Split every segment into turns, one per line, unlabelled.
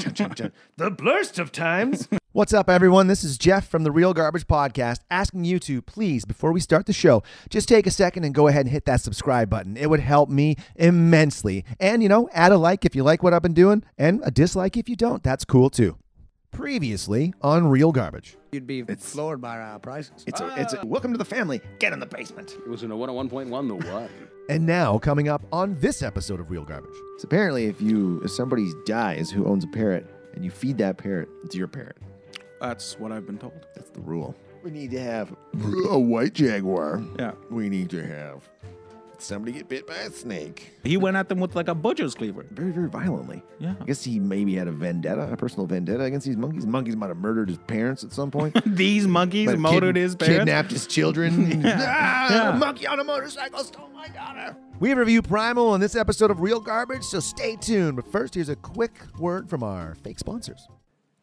the blurst of times.
What's up, everyone? This is Jeff from the Real Garbage Podcast asking you to please, before we start the show, just take a second and go ahead and hit that subscribe button. It would help me immensely. And, you know, add a like if you like what I've been doing and a dislike if you don't. That's cool too. Previously on Real Garbage.
You'd be floored by our prices.
It's a, it's a,
Ah.
welcome to the family. Get in the basement.
It was in a 101.1 The What?
And now, coming up on this episode of Real Garbage.
So apparently, if you if somebody dies who owns a parrot and you feed that parrot, it's your parrot.
That's what I've been told.
That's the rule. We need to have a white jaguar.
Yeah.
We need to have somebody get bit by a snake.
He went at them with like a butcher's cleaver.
Very, very violently.
Yeah.
I guess he maybe had a vendetta, a personal vendetta against these monkeys. Monkeys might have murdered his parents at some point.
These monkeys
Might have
murdered
kid-
his parents.
Kidnapped his children. Ah,
Yeah.
A monkey on a motorcycle stole Oh, my daughter.
We review Primal on this episode of Real Garbage, so stay tuned. But first, here's a quick word from our fake sponsors.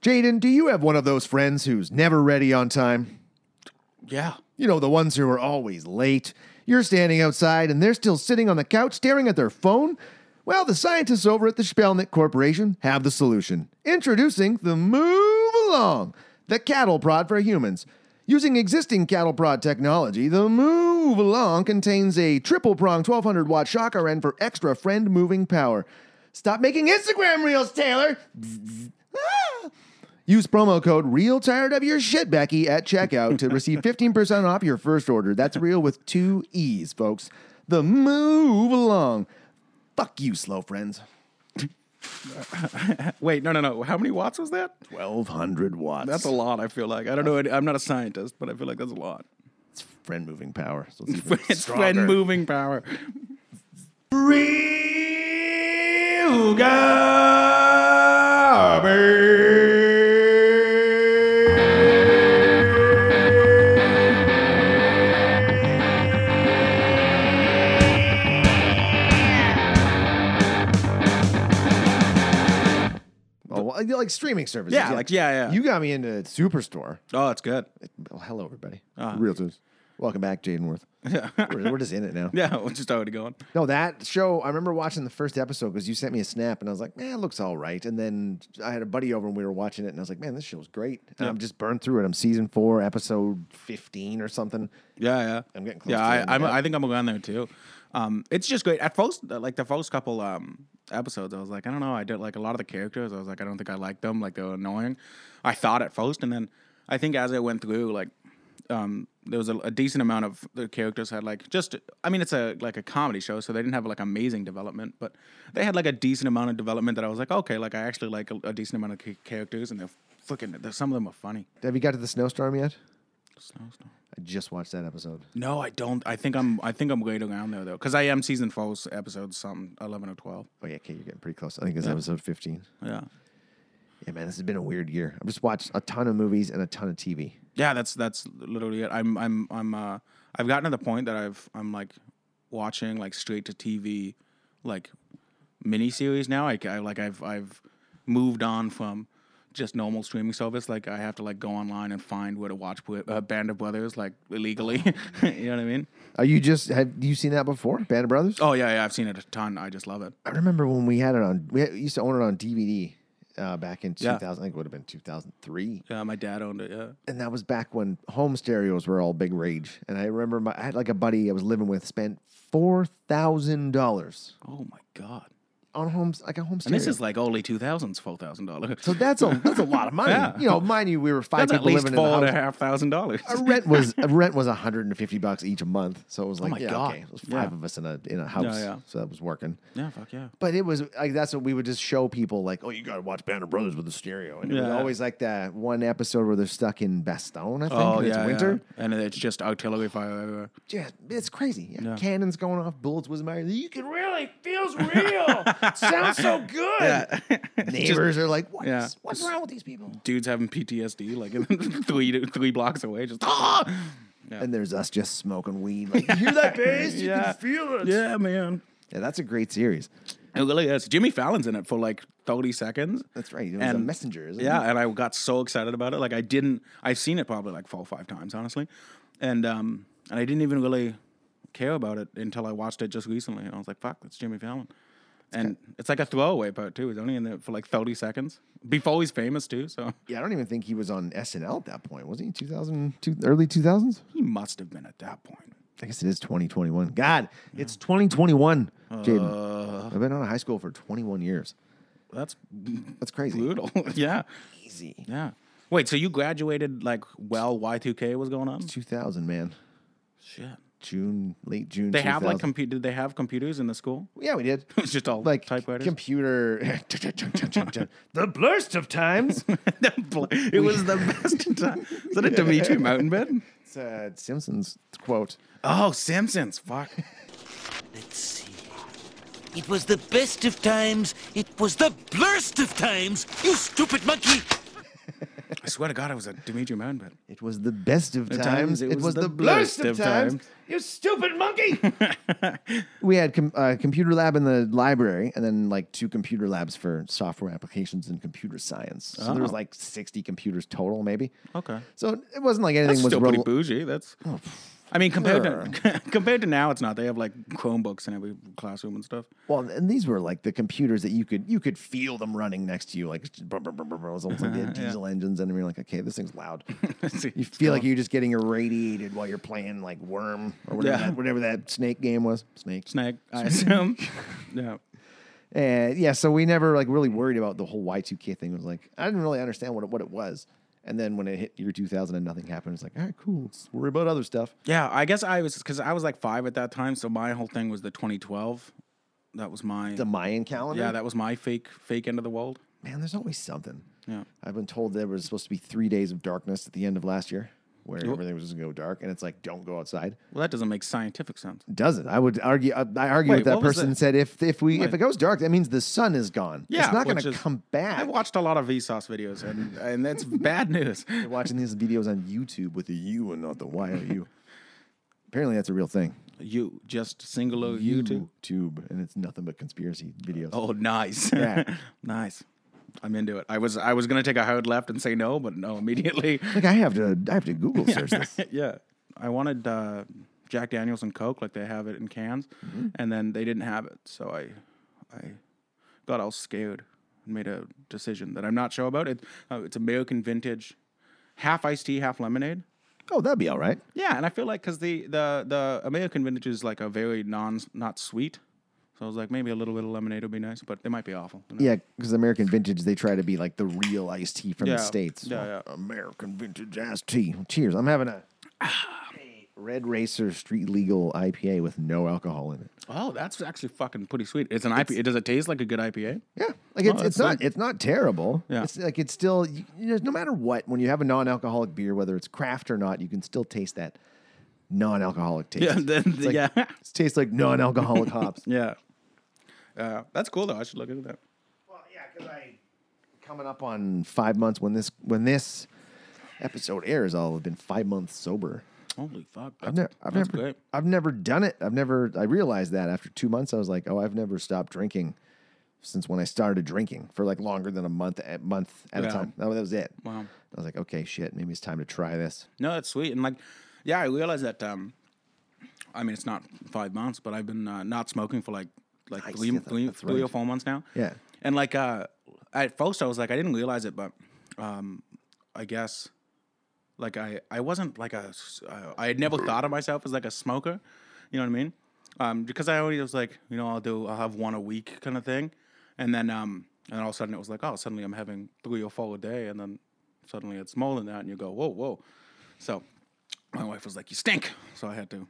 Jaden, do you have one of those friends who's never ready on time?
Yeah.
You know, the ones who are always late. You're standing outside and they're still sitting on the couch staring at their phone? Well, the scientists over at the Spelnik Corporation have the solution. Introducing the Move Along, the cattle prod for humans. Using existing cattle prod technology, the Move Along contains a triple prong 1200 watt shock RN for extra friend moving power. Stop making Instagram reels, Taylor! Ah! Use promo code Real Tired of Your Shit Becky at checkout to receive 15% off your first order. That's real with two E's, folks. The move along. Fuck you, slow friends.
Wait, no, no, no. How many watts was that?
1200 watts.
That's a lot, I feel like. I don't know. I'm not a scientist, but I feel like that's a lot.
It's friend moving power. So it's even
It's
stronger.
friend moving power.
Oh, Oh, well, I- like streaming services.
Yeah, like- yeah, yeah.
You got me into Superstore.
Oh, it's good.
Well, hello, everybody.
Uh.
Real Realtors. Welcome back, Jaden Worth. we're, we're just in it now.
Yeah, we're just already going.
No, that show, I remember watching the first episode because you sent me a snap and I was like, man, it looks all right. And then I had a buddy over and we were watching it and I was like, man, this show's great. And I'm just burned through it. I'm season four, episode 15 or something.
Yeah, yeah.
I'm getting close
Yeah,
to the end of
I, I'm,
that.
I think I'm going there too. Um, it's just great. At first, like the first couple um, episodes, I was like, I don't know. I did like a lot of the characters. I was like, I don't think I liked them. Like they were annoying. I thought at first, and then I think as I went through, like um, there was a, a decent amount of the characters had like just. I mean, it's a like a comedy show, so they didn't have like amazing development, but they had like a decent amount of development that I was like, okay, like I actually like a, a decent amount of ca- characters, and they're fucking. They're, some of them are funny.
Have you got to the snowstorm yet? I just watched that episode.
No, I don't. I think I'm. I think I'm way around there though, because I am season four, episode something, eleven or twelve.
Oh, yeah, okay, you're getting pretty close. I think it's episode 15.
Yeah,
Yeah, man, this has been a weird year. I've just watched a ton of movies and a ton of TV.
yeah. That's that's literally it. I'm I'm I'm. Uh, I've gotten to the point that I've I'm like watching like straight to TV, like miniseries now. I, I like I've I've moved on from just normal streaming service. Like I have to like go online and find where to watch uh, Band of Brothers like illegally. you know what I mean?
Are you just, have you seen that before? Band of Brothers?
Oh yeah, yeah. I've seen it a ton. I just love it.
I remember when we had it on, we had- used to own it on DVD uh, back in
Yeah.
2000, I think it would have been 2003.
Yeah, my dad owned it. Yeah.
and that was back when home stereos were all big rage. And I remember my, I had like a buddy I was living with spent four thousand dollars
Oh my god.
on homes like a home
And
stereo.
this is like only two thousands, four thousand dollars.
so that's a that's a lot of money.
Yeah.
You know, mind you, we were five
that's at
people
least
living
four
in
and
the
a
house.
half thousand dollars.
Our rent was our rent was 150 bucks each a month, so it was like
Oh my
yeah,
God.
okay, it was five
Yeah.
of us in a in a house,
yeah.
so that was working.
Yeah, fuck yeah.
But it was like that's what we would just show people like, oh, you got to watch Band of Brothers with the stereo, and it was
Yeah.
always like that one episode where they're stuck in Bastogne, I think,
Oh
and
yeah,
it's
yeah.
winter.
and it's just artillery fire everywhere.
Yeah, it's crazy. Yeah.
Yeah.
Cannons going off, bullets whizzing by. You can
really feels real. Sounds so good.
neighbors are like, what's
Yeah.
what's wrong with these people?
Dudes having PTSD like in three three blocks away, just ah. Yeah.
And there's us just smoking weed. Like, you hear that bass? You
Yeah.
can feel it.
Yeah, man.
Yeah, that's a great series.
It really is. Jimmy Fallon's in it for like thirty seconds.
That's right. It was a
And-
messenger, isn't
yeah,
it?
and I got so excited about it. Like I didn't. I've seen it probably like four or five times, honestly, and um, and I didn't even really care about it until I watched it just recently, and I was like, "Fuck, that's Jimmy Fallon." And it's like a throwaway part too. He's only in there for like thirty seconds before he's famous too. So
Yeah, I don't even think he was on SNL at that point, was he? 2000, two, early 2000s?
he must have been at that point.
I guess it is 2021. God, it's 2021,
Uh.
Jaden. I've been out of high school for 21 years.
That's
That's crazy.
brutal. yeah,
Easy.
yeah. Wait, so you graduated like while Y two K was going on?
2000, man.
Shit.
June, late June.
They have like
2000.
compute. Did they have computers in the school?
yeah, we did.
It's just all
like
typewriters.
computer.
The blurst of times.
it was the best time. Is that a Dimitri Mountain Bed?
it's uh, Simpsons quote.
Oh, Simpsons. Fuck.
Let's see. It was the best of times. It was the blurst of times. You stupid monkey.
I swear to God, it was a Dimitri Mountain Bed.
It was the best of times. It, was, the,
Blurst
blurst
of times. You stupid monkey.
we had com- uh, computer lab in the library and then like two computer labs for software applications and computer science. So there was like 60 computers total, maybe.
Okay.
So it wasn't like anything
That's
was Oh,
still
rel-
pretty bougie. That's. I mean, compared to compared to now, it's not. They have like Chromebooks in every classroom and stuff.
well, and these were like the computers that you could you could feel them running next to you, like just brr, brr, brr, brr, brr. it was almost like they had
Yeah.
diesel engines, and you're like, okay, this thing's loud.
See,
You feel like you're just getting irradiated while you're playing like Worm or whatever,
Yeah.
that, whatever that snake game was. Snake.
snag. I assume. yeah.
And yeah, so we never like really worried about the whole Y2K thing. It was like I didn't really understand what it, what it was. And then when it hit year 2000 and nothing happened, it's like, all right, cool. Let's worry about other stuff.
Yeah, I guess I was because I was like five at that time, so my whole thing was the 2012. That was my
The Mayan calendar.
yeah, that was my fake fake end of the world.
man, there's always something.
Yeah.
I've been told there was supposed to be three days of darkness at the end of last year, where everything was just gonna go dark, and it's like, don't go outside.
Well, that doesn't make scientific sense.
Doesn't. I would argue. I, I argue
Wait,
with that
what was
person
that?
said if if we if
Wait.
it goes dark, that means the sun is gone.
Yeah,
it's not gonna
which is-
come back.
I watched a lot of Vsauce videos, and and that's bad news.
You're watching these videos on YouTube with a U and not the Y O U. Apparently, that's a real thing.
You just singular YouTube.
YouTube, and it's nothing but conspiracy videos.
Oh, nice,
Yeah.
nice. I'm into it. I was I was gonna take a hard left and say no, but no immediately.
Like I have to, I have to Google search this.
yeah, I wanted uh, Jack Daniels and Coke like they have it in cans, and then they didn't have it, so I I got all scared and made a decision that I'm not sure about. It uh, it's American vintage, half iced tea, half lemonade.
Oh, that'd be all right.
Yeah, and I feel like because the, the the American vintage is like a very non not sweet, so I was like maybe a little bit of lemonade would be nice, but it might be awful. you know?
Yeah, because American vintage, they try to be like the real iced tea from
Yeah.
the states.
Yeah,
Well,
yeah.
American vintage iced tea. Cheers. I'm having a Red Racer Street Legal IPA with no alcohol in it.
Oh, that's actually fucking pretty sweet. It's an IPA. Does it taste like a good IPA?
Yeah, like it's,
Oh, that's
it's not it's not terrible.
Yeah.
It's like it's still you know, no matter what when you have a non-alcoholic beer, whether it's craft or not, you can still taste that non-alcoholic taste.
Yeah, the-
It's like-
yeah.
it tastes like non-alcoholic hops.
Yeah. Uh, that's cool though. I should look into that.
Well, yeah, because I coming up on five months when this when this episode airs, I'll have been five months sober.
Holy fuck!
I've
That's,
never, I've
that's
never,
great.
I've never done it. I've never. I realized that after two months, I was like, oh, I've never stopped drinking since when I started drinking for like longer than a month at month at
Yeah.
a time. That, that was it.
Wow.
I was like, okay, shit, maybe it's time to try this.
No, that's sweet. And like, yeah, I realized that. Um, I mean, it's not five months, but I've been uh, not smoking for like like
Nice,
three,
yeah, that-
three,
that's
three
right.
or four months now.
Yeah.
And like, uh, at first I was like, I didn't realize it, but um, I guess like I I wasn't like a s- uh, I had never thought of myself as like a smoker. You know what I mean? Um, because I always was like, you know, I'll do I'll have one a week kind of thing, and then um, and all of a sudden it was like, oh, suddenly I'm having three or four a day, and then suddenly it's more than that, and you go, whoa, whoa. So my wife was like, "You stink," so I had to,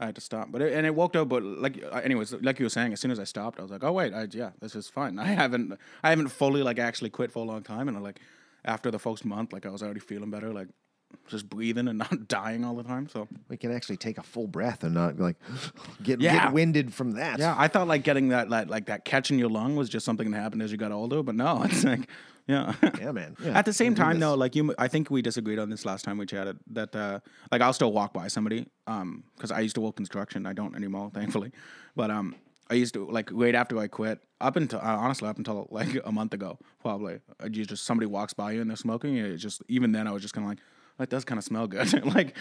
I had to stop. But it, and it worked out. But like, uh, anyways, like you were saying, as soon as I stopped, I was like, "Oh wait, I, yeah, this is fine." I haven't, I haven't fully like actually quit for a long time, and I, like after the first month, like I was already feeling better, like just breathing and not dying all the time. So
We can actually take a full breath and not like get,
Yeah.
get winded from that.
yeah, I thought like getting that like, like that catch in your lung was just something that happened as you got older, but no, it's like, yeah,
Yeah, man.
At the same
We do
time,
this.
though, like you, I think we disagreed on this last time we chatted. That uh, like I'll still walk by somebody, um, because I used to work construction. I don't anymore, thankfully. But um, I used to like right after I quit, up until uh, honestly up until like a month ago, probably. I just just somebody walks by you and they're smoking, and it just even then I was just kind of like, that does kind of smell good. like,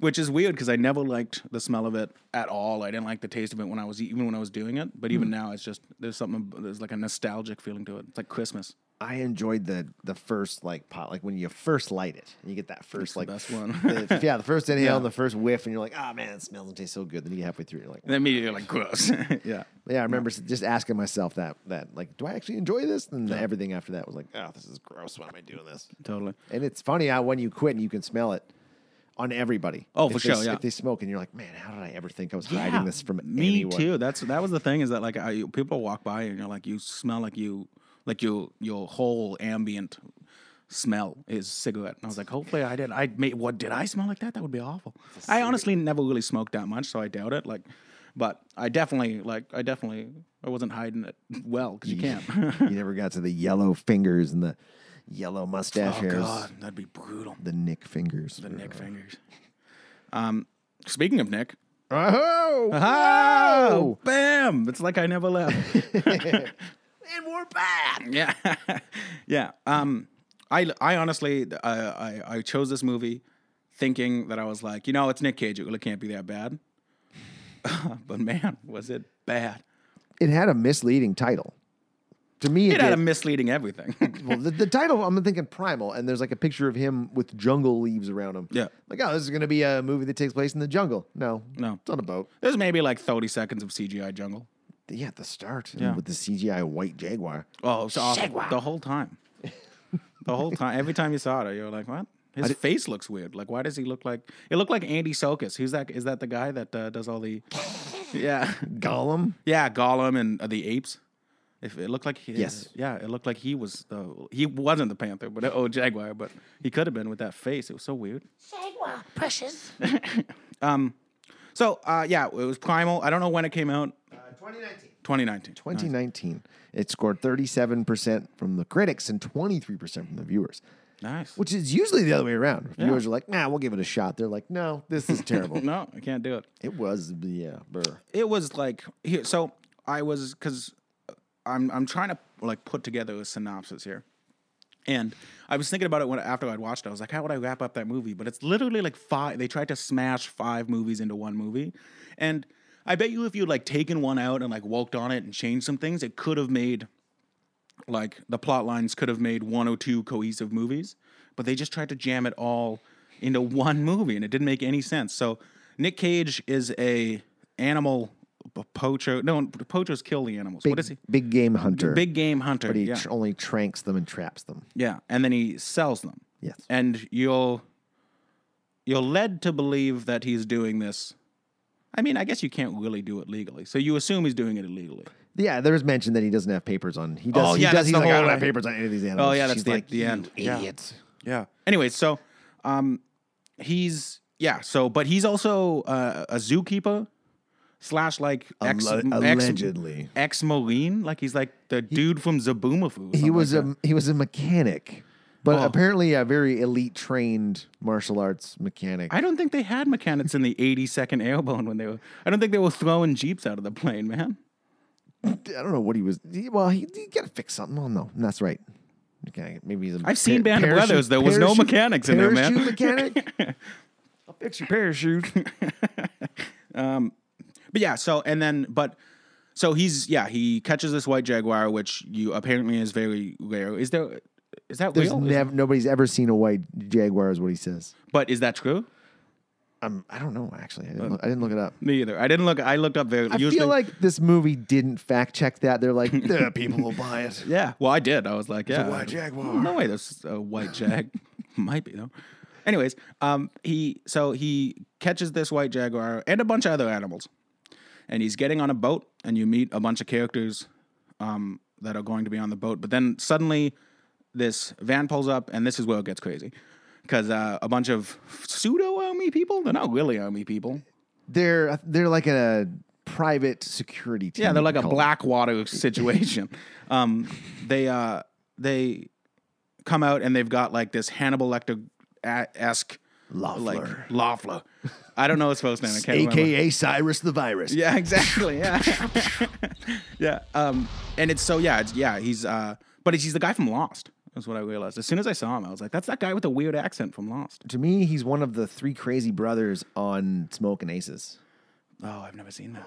which is weird because I never liked the smell of it at all. I didn't like the taste of it when I was e, even when I was doing it. But
Hmm.
even now, it's just there's something there's like a nostalgic feeling to it. It's like Christmas.
I enjoyed the the first like pot, like when you first light it and you get that first like
best one.
the- yeah, the first inhale and the first whiff, and you're like, oh man, it smells and tastes so good. Then you get halfway through, you're like,
And then immediately like gross. yeah.
yeah. I remember s- just asking myself that that like, do I actually enjoy this? And everything after that was like, oh, this is gross. Why am I doing this?
Totally.
And it's funny how when you quit and you can smell it on everybody.
Oh,
If
for
they
sure,
s-
yeah.
If they smoke and you're like, man, how did I ever think I was
Yeah,
hiding this from
me
anyone?
too. That's that was the thing is that like I, people walk by and you're like you smell like you like your your whole ambient smell is cigarette. And I was like, hopefully I did. I made what did I smell like that? That would be awful. I honestly never really smoked that much, so I doubt it. Like, but I definitely like I definitely I wasn't hiding it well because you can't.
you never got to the yellow fingers and the yellow mustache
oh
hairs,
god, that'd be brutal.
the uh, Nick fingers.
The Nick fingers. Um, speaking of Nick.
Oh,
Uh-huh.
Oh, bam! It's like I never left.
and we're back.
Yeah, yeah. Um, I I honestly uh, I I chose this movie thinking that I was like, you know, it's Nick Cage. It really can't be that bad. but man, was it bad!
It had a misleading title. To me, it,
It had a
did.
misleading everything.
well, the, the title I'm thinking primal, and there's like a picture of him with jungle leaves around him.
Yeah.
like oh, this is gonna be a movie that takes place in the jungle. No,
No.
it's on a boat.
There's maybe like 30 seconds of CGI jungle.
Yeah, at the start and
Yeah.
with the CGI white jaguar.
Oh, it's awful. the whole time. The whole time. Every time you saw it, you were like, what? His face looks weird. Like, why does he look like? It looked like Andy Serkis. Who's that? Is that the guy that uh, does all the? Yeah.
Gollum.
Yeah, Gollum and uh, the apes. If it looked like he,
Yes.
yeah, it looked like he was the he wasn't the panther, but oh jaguar, but he could have been with that face. It was so weird. Jaguar, precious. um, so uh, yeah, it was primal. I don't know when it came out. Uh, 2019. 2019.
2019. It scored 37% from the critics and 23% from the viewers,
Nice.
which is usually the other way around. If Viewers are like, nah, we'll give it a shot. They're like, no, this is terrible.
no, I can't do it.
It was, yeah, brr.
it was like here. So I was because I'm I'm trying to like put together a synopsis here, and I was thinking about it when after I'd watched it. I was like, how would I wrap up that movie? But it's literally like five. They tried to smash five movies into one movie, and I bet you if you'd like taken one out and like walked on it and changed some things, it could have made like the plot lines could have made one or two cohesive movies, but they just tried to jam it all into one movie, and it didn't make any sense. So Nick Cage is a animal p- poacher. No, poachers kill the animals.
Big,
what is he?
big game hunter.
Big game hunter.
But he
yeah.
tr- only tranks them and traps them.
Yeah, and then he sells them.
Yes.
And you're you're led to believe that he's doing this. I mean, I guess you can't really do it legally, so you assume he's doing it illegally.
Yeah, there was mention that he doesn't have papers on. He does.
Oh, yeah,
he does.
that's
He's
the
like, I
whole-
don't have papers on any of these animals.
Oh yeah, that's
She's
the,
like,
the end. Yeah.
idiots.
Yeah. Anyway, so um, he's yeah. So, but he's also uh, a zookeeper slash like ex,
Alle-
ex-
allegedly.
ex marine. Like he's like the dude from Zaboomafoo. or
He
something
was
like that.
a he was a mechanic, but
Oh.
apparently a very elite trained martial arts mechanic.
I don't think they had mechanics in the 82nd Airborne when they were. I don't think they were throwing jeeps out of the plane, man.
I don't know what he was. he- well, he, he got to fix something. Oh no, that's right. Okay, maybe he's. A
I've seen
par-
Band of Brothers. There was no mechanics in there, man.
parachute mechanic. I'll fix your parachute.
But yeah, so and then but so he's yeah he catches this white jaguar, which you apparently is very rare. Is there? Is that
There's
real? Is-
nev- nobody's ever seen a white jaguar, is what he says.
but is that true?
Um, I don't know. Actually, I didn't. look, I didn't look it up.
Me either. I didn't look. I looked up very.
I
usually-
feel like this movie didn't fact check that. They're like, the people will buy it.
Yeah. Well, I did. I was like, yeah.
white jaguar.
No way. There's a white jag. Might be though. Anyways, um, he so he catches this white jaguar and a bunch of other animals, and he's getting on a boat, and you meet a bunch of characters, um, that are going to be on the boat. But then suddenly, this van pulls up, and this is where it gets crazy, because uh, a bunch of pseudo army people. They're not really army people.
They're they're like a private security team.
Yeah, they're
you
like
could
a
call it.
Blackwater situation. um, they uh, they come out and they've got like this Hannibal Lecter esque like
Loeffler.
Loeffler. I don't know his first name. I can't remember.
AKA Cyrus the Virus.
Yeah, exactly. Yeah, yeah. Um, and it's so yeah, it's yeah. He's uh, but he's the guy from Lost. That's what I realized. As soon as I saw him, I was like, that's that guy with the weird accent from Lost.
To me, he's one of the three crazy brothers on Smoke and Aces.
Oh, I've never seen that.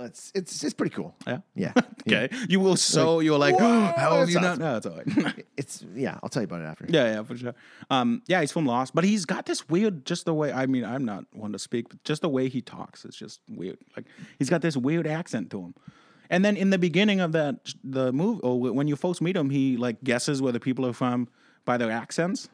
It's it's it's pretty cool.
Yeah.
Yeah.
Okay. You will so you're like,
"Whoa,
how have
that's
you not? No, it's all right.
It's yeah, I'll tell you about it after.
Yeah, yeah, for sure. Um, yeah, he's from Lost, but he's got this weird, just the way. I mean, I'm not one to speak, but just the way he talks, it's just weird. Like he's got this weird accent to him. And then in the beginning of that, the movie, or wh- when you first meet him, he like guesses where the people are from by their accents.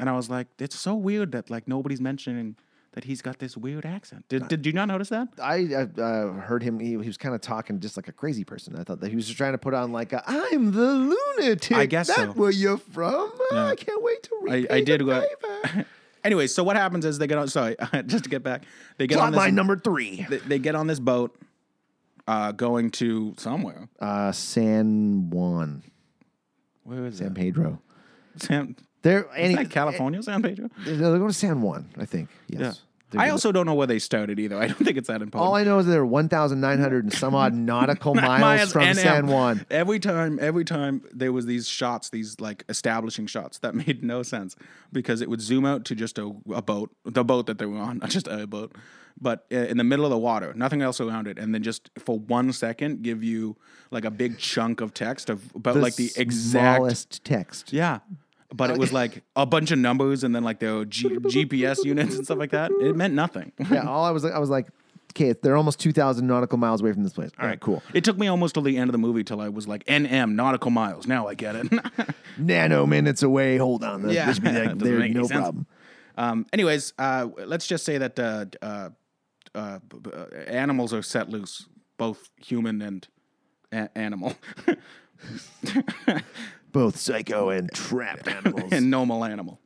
And I was like, it's so weird that like nobody's mentioning that he's got this weird accent. Did, did you not notice that?
I, I uh, heard him. He, he was kind of talking just like a crazy person. I thought that he was just trying to put on like a "I'm the lunatic."
I guess
that
so.
where you're from. Ah,
Yeah.
I can't wait to
I,
read.
I did.
The
Go,
paper.
anyway, so what happens is they get on. Sorry, just to get back, they get
Plot
on this,
line number three.
they, they get on this boat uh, going to somewhere.
Uh, San Juan,
Where is
San
it?
Pedro.
San,
They're
is
any,
that California, San Pedro?
They're they're going to San Juan, I think. Yes.
Yeah.
They're
I
gonna-
also don't know where they started either. I don't think it's that
all
important.
I know is they're one thousand nine hundred and some odd nautical miles, from
NM.
San Juan.
Every time, every time there was these shots, these like establishing shots that made no sense because it would zoom out to just a, a boat, the boat that they were on, not just a boat, but uh, in the middle of the water, nothing else around it, and then just for one second give you like a big chunk of text of about like the exact
smallest text.
Yeah. But it was like a bunch of numbers and then like the G- GPS units and stuff like that. It meant nothing.
Yeah, all I was I was like, okay, they're almost two thousand nautical miles away from this place. All right, cool.
It took me almost till the end of the movie till I was like NM nautical miles. Now I get it.
Nano minutes away. Hold on,
Yeah.
this be like,
Doesn't
there,
make any
no
sense.
problem.
um, anyways, uh, let's just say that uh, uh, uh, b- b- uh, animals are set loose, both human and a- animal,
Both psycho and trapped animals.
and normal animal.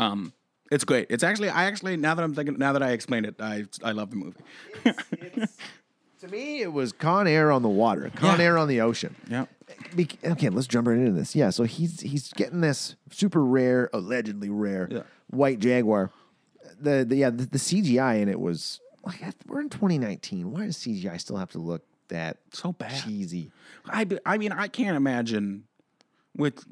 Um, it's great. It's actually I actually now that I'm thinking now that I explained it, I I love the movie.
to me, it was Con Air on the water, Con
Yeah.
Air on the ocean.
yeah.
Be- okay, let's jump right into this. Yeah, so he's he's getting this super rare, allegedly rare
Yeah.
white jaguar. The, the yeah the, the CGI in it was like we're in 2019. Why does CGI still have to look that
So bad.
cheesy?
I, be- I mean, I can't imagine with,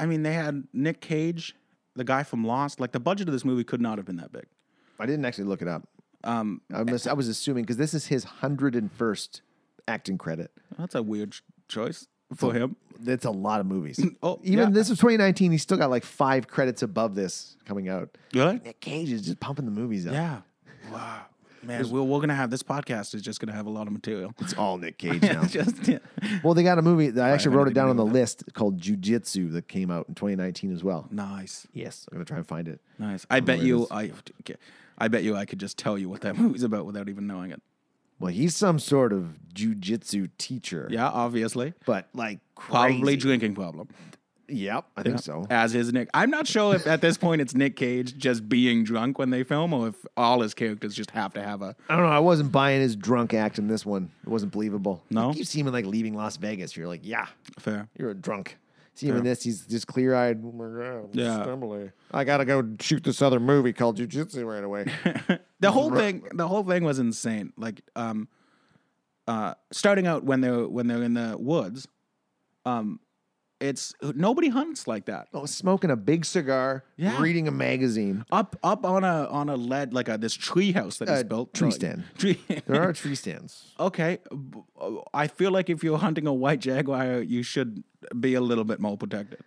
I mean, they had Nick Cage, the guy from Lost. Like, the budget of this movie could not have been that big.
I didn't actually look it up. Um, I, was, I was assuming because this is his hundred and first acting credit.
That's a weird ch- choice for him.
That's a lot of movies.
Oh,
even
yeah.
this was 2019. He's still got like five credits above this coming out.
Really?
Nick Cage is just pumping the movies out.
Yeah. Wow. Man, we're, we're going to have this podcast is just going to have a lot of material.
It's all Nick Cage now.
just, yeah.
well, they got a movie that I actually
I
wrote it
didn't
down on the
know
list called Jujitsu that came out in 2019 as well.
Nice.
Yes, I'm gonna try and find it.
Nice. I bet you, I, I bet you I could just tell you what that movie's about without even knowing it.
Well, he's some sort of jujitsu teacher.
Yeah, obviously.
but like
Probably
crazy.
drinking problem.
Yep, I think so.
as is Nick. I'm not sure if at this point it's Nick Cage just being drunk when they film, or if all his characters just have to have a.
I don't know. I wasn't buying his drunk act in this one. It wasn't believable.
No?
you keep seeing him like leaving Las Vegas. You're like, yeah,
Fair.
you're a drunk. See him in this. He's just clear eyed. Oh my god, I'm
Yeah.
stumbly. I gotta go shoot this other movie called Jujitsu right away.
The whole thing, the whole thing was insane. Like, um, uh, starting out when they're when they're in the woods, um, it's nobody hunts like that.
oh, smoking a big cigar,
Yeah.
reading a magazine.
Up up on a on a lead like a this tree house that is
Uh,
built
tree
like-
stand.
Tree.
There are tree stands.
okay, b- I feel like if you're hunting a white jaguar, you should be a little bit more protected.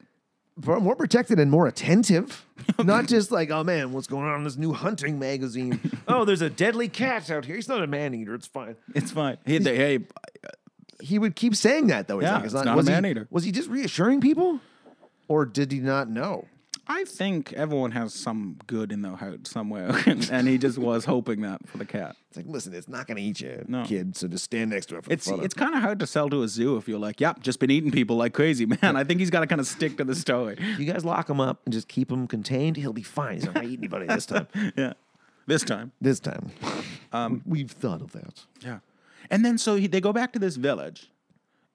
Far More protected and more attentive. Not just like, oh man, what's going on in this new hunting magazine? oh, there's a deadly cat out here. He's not a man eater. It's fine.
It's fine. Hey, they- hey,
he would keep saying that though. He's
Yeah,
like,
it's not a
was he,
man-eater.
Was he just reassuring people, or did he not know?
I think everyone has some good in their heart somewhere, and he just was hoping that for the cat.
It's like, listen, it's not going to eat you,
No.
kid. So just stand next to it. For
It's
fun of
it's kind of hard to sell to a zoo if you're like, "Yep, just been eating people like crazy, man." I think he's got to kind of stick to the story.
it. you guys lock him up and just keep him contained. He'll be fine. He's not going to eat anybody this time.
Yeah, this time.
This time, we've thought of that.
Yeah, and then so he, they go back to this village,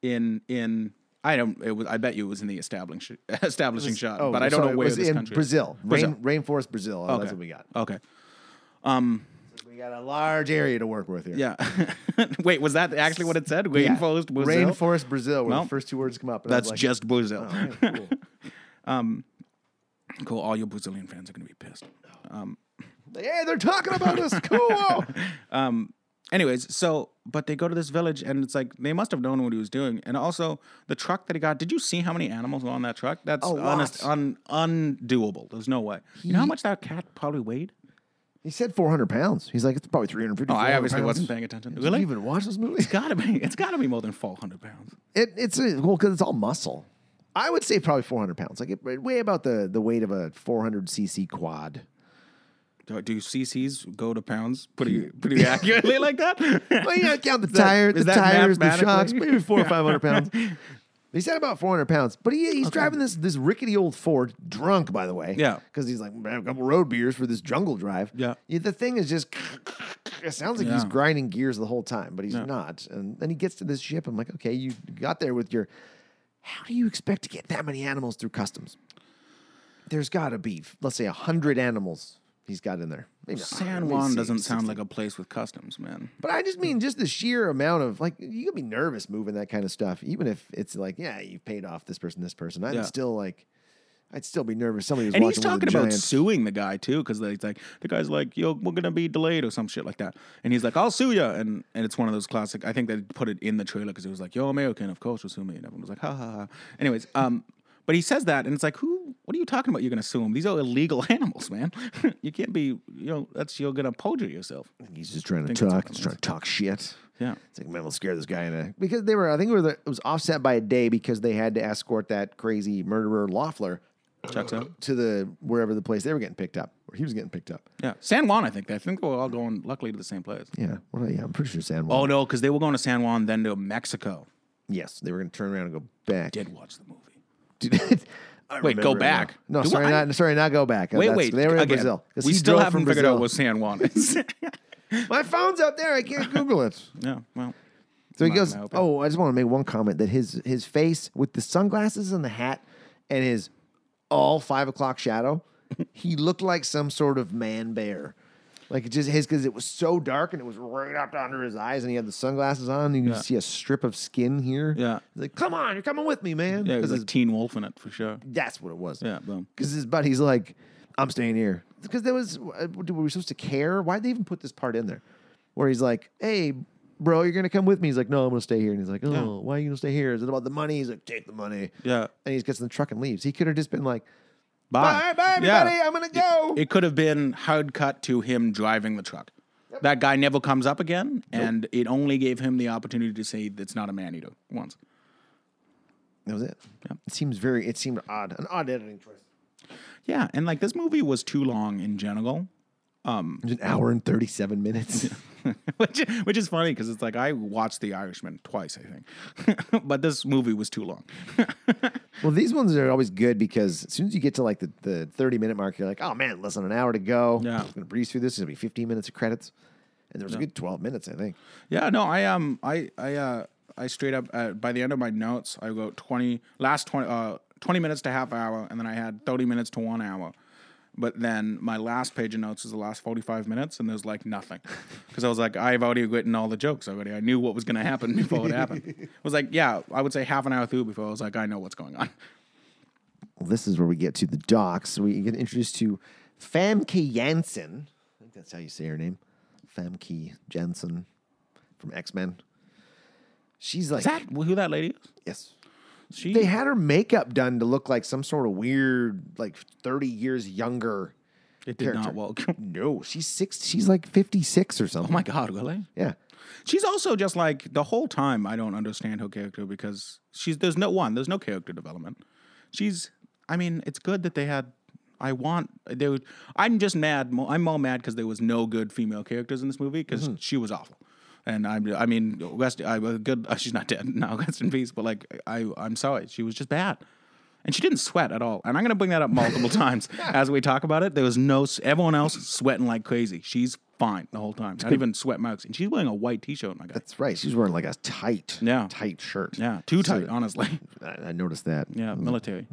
in in I don't it was I bet you it was in the establishing establishing shot, but I
sorry,
don't know
Oh, it
where
was
this
in
country is.
Brazil,
Brazil.
Rain, rainforest Brazil. Oh,
Okay.
That's what we got.
Okay,
We got a large area to work with here.
yeah. Wait, was that actually what it said?
Yeah.
Rainforest Brazil.
Rainforest Brazil were
Well,
the first two words come up. and I was
That's
like,
just Brazil.
oh, yeah, cool.
Um, Cool. All your Brazilian fans are going to be pissed.
Hey, they're talking about us. Cool.
Anyways, so but they go to this village and it's like they must have known what he was doing. And also the truck that he got. Did you see how many animals were on that truck? That's honest, un, undoable. There's no way. you know how much that cat probably weighed?
he said 400 pounds. He's like, it's probably 350.
Oh, I
400
obviously
pounds.
wasn't paying attention.
Did
Really?
you even watch this movie?
It's gotta be. It's gotta be more than 400 pounds.
It, it's uh, well because it's all muscle. I would say probably 400 pounds. Like it, it weigh about the the weight of a 400 cc quad.
Do, do CCs go to pounds pretty pretty accurately like that?
Well, you gotta count the
that-
tire,
is
the
that
tires, the shocks,
mathematically-
maybe four or 500 pounds. He said about 400 pounds, but he, he's driving this this rickety old Ford, drunk by the way.
Yeah.
because he's like "Man, a couple road beers for this jungle drive.
Yeah.
the thing is just. It sounds like he's
Yeah.
grinding gears the whole time, but he's
Yeah.
not. And then he gets to this ship. I'm like, okay, you got there with your. How do you expect to get that many animals through customs? There's got to be, let's say, hundred animals he's got in there. Maybe not 100,
San
maybe
Juan
60,
doesn't
60.
sound like a place with customs, man.
But I just mean just the sheer amount of like you could be nervous moving that kind of stuff, even if it's like yeah you paid off this person, this person. I'd
Yeah.
still like, I'd still be nervous. Somebody was
And he's
walking with
talking
a
about
giant-
suing the guy too, because he's like, the guy's like, "Yo, we're gonna be delayed" or some shit like that. And he's like, "I'll sue you," and and it's one of those classic. I think they put it in the trailer because it was like, "Yo, American, of course, will sue me," and everyone was like, "Ha ha ha." Anyways, um, but he says that, and it's like, who? What are you talking about? You're gonna sue him? These are illegal animals, man. you can't be, you know, that's you're gonna perjure yourself.
He's just trying to
that's what
talk,
it
just trying to talk shit.
Yeah.
It's like man, we'll scare this guy into because they were. I think it was, it was offset by a day because they had to escort that crazy murderer Loeffler
Checks out.
to the wherever the place they were getting picked up, or he was getting picked up.
Yeah, San Juan. I think. I think they were all going luckily to the same place.
Yeah, well, yeah, I'm pretty sure San Juan.
Oh no, because they were going to San Juan, then to Mexico.
yes, they were going to turn around and go back.
Did watch the movie.
Dude, I
Wait,
remember
go
it now.
back.
No,
Do
sorry,
I-
not sorry, not go back.
Wait,
That's-
wait.
They were in
again,
Brazil. 'Cause
We
he
still
drove
haven't
from
figured out
Brazil.
what San Juan is.
My phone's out there. I can't Google it.
yeah, well,
So he
Not
goes,
gonna open.
"Oh, I just want to make one comment that his his face with the sunglasses and the hat and his all five o'clock shadow, he looked like some sort of man bear." Like it just his because it was so dark and it was right up under his eyes and he had the sunglasses on. And you can see a strip of skin here.
Yeah.
He's like, come on, you're coming with me, man.
yeah, it was
Because
like Teen Wolf in it for sure.
That's what it was.
Yeah, boom.
Because his buddy's like, I'm staying here. Because there was, uh, were we supposed to care? Why'd they even put this part in there? Where he's like, hey, bro, you're going to come with me. He's like, no, I'm going to stay here. And he's like, oh, why are you going to stay here? Is it about the money? He's like, take the money.
Yeah.
And he gets in the truck and leaves. He could have just been like, bye,
Bye,
bye,
Ah, Yeah.
everybody. I'm going to go.
It could have been hard cut to him driving the truck. That guy never comes up again, and it only gave him the opportunity to say that's not a man eater once.
that was it. It seems very, it seemed odd. An odd editing choice.
Yeah, and like this movie was too long in general.
It
Mm-hmm.
was an hour and 37 minutes.
which which is funny because it's like I watched The Irishman twice, I think, but this movie was too long.
Well, these ones are always good because as soon as you get to like the, the 30 minute mark, you're like, oh man, less than an hour to go.
Yeah.
I'm going to breeze through this. It's going to be 15 minutes of credits. And there was a good 12 minutes, I think.
yeah, no, I um, I I uh, I straight up uh, by the end of my notes, I wrote twenty last twenty uh twenty minutes to half hour, and then I had thirty minutes to one hour. But then my last page of notes is the last forty five minutes, and there's like nothing because I was like, I've already written all the jokes already. I knew what was going to happen before it happened. I was like, yeah, I would say half an hour through before I was like, I know what's going on.
Well, this is where we get to the docs. We get introduced to Famke Janssen. I think that's how you say her name. Famke Janssen from X Men. She's like,
Is that who that lady is?
yes.
She
They had her makeup done to look like some sort of weird, like 30 years younger.
it did
character.
not walk.
No, she's six. She's like 56 or
Oh
something.
my god, really?
Yeah.
She's also just like the whole time I don't understand her character because she's there's no one, there's no character development. She's I mean, it's good that they had I want they would I'm just mad mo- I'm more mad cuz there was no good female characters in this movie because she was awful. And I I mean, rest I was good uh, she's not dead now, rest in peace, but like I I'm sorry, she was just bad. And she didn't sweat at all. And I'm going to bring that up multiple times as we talk about it. There was no, s- everyone else sweating like crazy. She's fine the whole time. Not even sweat marks. And she's wearing a white t shirt, my guy.
That's right. She's wearing like a tight,
Yeah.
tight shirt.
Yeah, too
So-
tight, honestly.
I, I noticed that.
Yeah, military.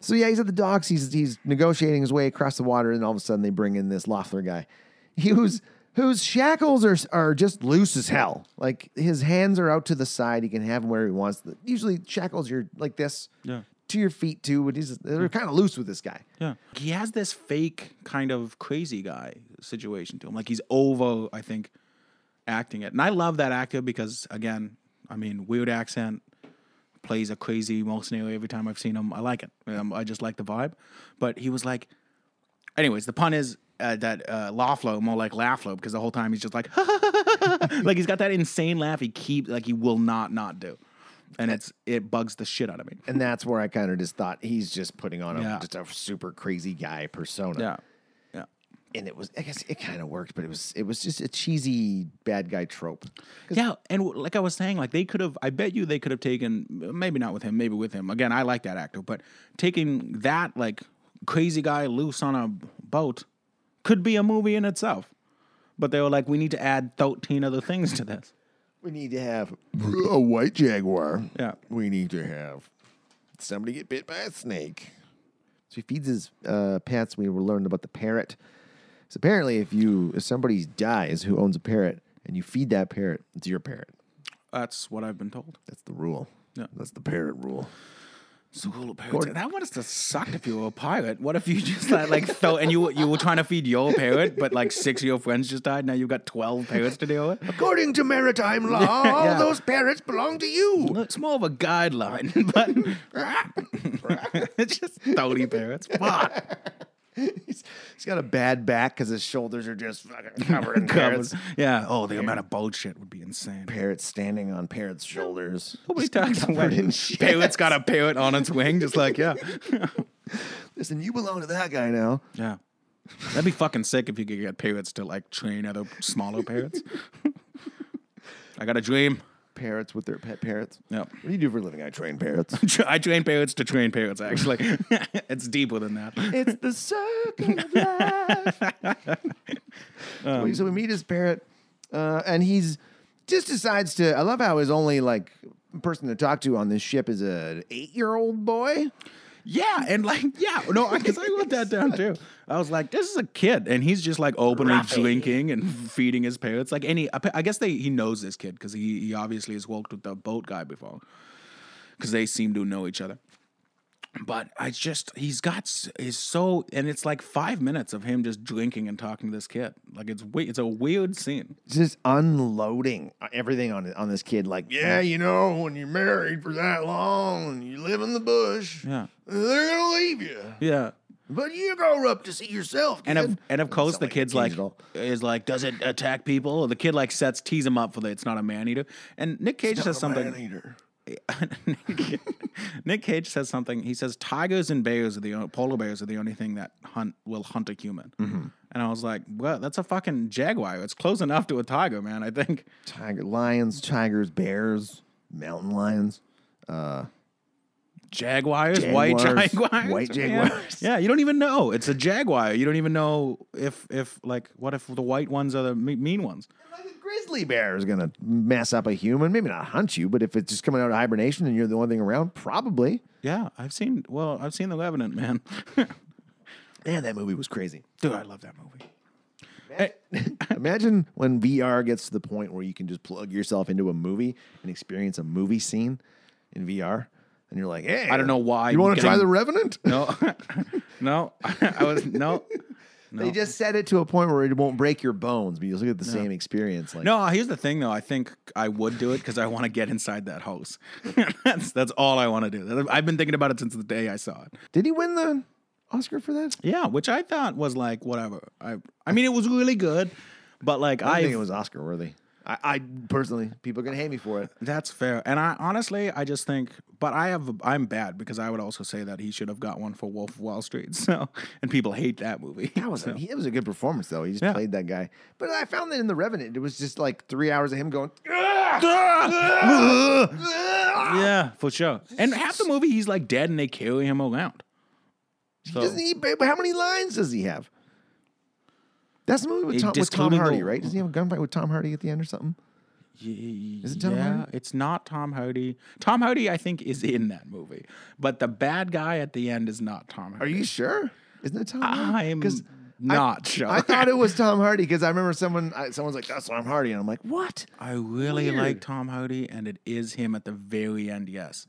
So yeah, he's at the docks. He's he's negotiating his way across the water, and all of a sudden they bring in this Loeffler guy, he who's whose shackles are are just loose as hell. Like his hands are out to the side. He can have them where he wants. Usually shackles you're like this.
Yeah.
to your feet too. But he's they're kind of loose with this guy.
Yeah. He has this fake kind of crazy guy situation to him. Like he's over, I think, acting it. And I love that actor because again, I mean, weird accent plays a crazy mercenary every time I've seen him. I like it. Um, I just like the vibe. But he was like anyways, the pun is uh, that uh, Laflo, more like Laflo, because the whole time he's just like, like he's got that insane laugh. He keep like he will not not do, and it's it bugs the shit out of me.
And that's where I kind of just thought he's just putting on a
Yeah.
just a super crazy guy persona.
Yeah, yeah.
And it was I guess it kind of worked, but it was it was just a cheesy bad guy trope.
Yeah, and w- like I was saying, like they could have. I bet you they could have taken maybe not with him, maybe with him. Again, I like that actor, but taking that like crazy guy loose on a boat could be a movie in itself. But they were like, we need to add thirteen other things to this.
We need to have a white jaguar.
Yeah.
We need to have somebody get bit by a snake. So he feeds his uh, pets. We learned about the parrot. So apparently, if you if somebody dies who owns a parrot and you feed that parrot, it's your parrot.
That's what I've been told.
That's the rule.
Yeah.
That's the parrot rule.
So cool parrot. That would have sucked if you were a pirate. What if you just like, like felt and you were- you were trying to feed your parrot, but like six of your friends just died. Now you've got twelve parrots to deal with.
According to maritime law, all
Yeah.
those parrots belong to you.
It's more of a guideline, but it's just thirty parrots. Fuck.
he's, he's got a bad back because his shoulders are just fucking covered in parrots.
Yeah. Oh, the amount of bullshit would be insane.
Parrots standing on parrots' shoulders.
Nobody talks about
in
it.
shit.
Parrot's got a parrot on its wing, just like yeah,
Listen, you belong to that guy now.
yeah. That'd be fucking sick if you could get parrots to like train other smaller parrots. I got a dream.
Parrots with their pet parrots.
Yep.
What do you do for a living? I train parrots.
I train parrots to train parrots. Actually, it's deeper than that.
it's the circle of life. So we- so we meet his parrot, uh, and he's just decides to. I love how his only like person to talk to on this ship is a eight year old boy.
Yeah, and like yeah, no, because I wrote that down too. I was like, this is a kid, and he's just like openly drinking and feeding his parents. Like any, I I guess they he knows this kid because he he obviously has worked with the boat guy before, because they seem to know each other. But I just he's got s- he's so and it's like five minutes of him just drinking and talking to this kid. Like it's we- it's a weird scene.
Just unloading everything on on this kid. Like, yeah, you know, when you're married for that long and you live in the bush,
Yeah.
they're gonna leave you.
Yeah.
But you grow up to see yourself.
And of,
kid.
and of course,
sound
the
like a
kid's
kid
like
at all.
is like, does it attack people? The kid like sets tees him up for the it's not a man eater. And Nick Cage says something.
Man-eater.
Nick- Nick Cage says something. He says tigers and bears are the o- polar bears are the only thing that hunt will hunt a human.
Mm-hmm.
And I was like, well, that's a fucking jaguar. It's close enough to a tiger, man. I think.
tiger, lions, tigers, bears, mountain lions.
Jaguars, white
Jaguars,
jaguars,
white
man.
jaguars.
Yeah. you don't even know. It's a jaguar. You don't even know if if like what if the white ones are the me- mean ones.
Like a grizzly bear is gonna mess up a human. Maybe not hunt you, but if it's just coming out of hibernation and you're the only thing around, probably.
Yeah, I've seen. Well, I've seen The Revenant, man.
Man, that movie was crazy.
Dude, I love that movie.
Imagine when VR gets to the point where you can just plug yourself into a movie and experience a movie scene in VR, and you're like, hey,
I don't know why
You want to
getting-
try The Revenant?
No, no, I was no.
They just set it to a point where it won't break your bones, but you'll still get the same experience. Like,
No, here's the thing though. I think I would do it because I want to get inside that house. that's that's all I want to do. I've been thinking about it since the day I saw it.
did he win the Oscar for that?
Yeah, which I thought was like whatever. I I mean, it was really good, but like
I
I
think it was Oscar worthy. I, I personally, people are gonna hate me for it.
That's fair. And I honestly, I just think, but I have, I'm bad because I would also say that he should have got one for Wolf of Wall Street. So, and people hate that movie.
That was a, he, it was a good performance though. He just
Yeah.
played that guy. But I found that in the Revenant, it was just like three hours of him going.
Yeah, for sure. And half the movie, he's like dead, and they carry him around. So
Doesn't he? But how many lines does he have? That's the movie with
It-
Tom, with Tom
discluding
Hardy,
the-
right? Doesn't he have a gunfight with Tom Hardy at the end or something?
is
it Tom
yeah,
Hardy?
it's not Tom Hardy. Tom Hardy, I think, is in that movie, but the bad guy at the end is not Tom
Are
Hardy.
you sure? Isn't it Tom? Hardy?
I'm
'Cause
not sure.
I thought it was Tom Hardy because I remember someone I, someone's like that's Tom Hardy and I'm like what?
I really
Weird.
like Tom Hardy, and it is him at the very end. Yes,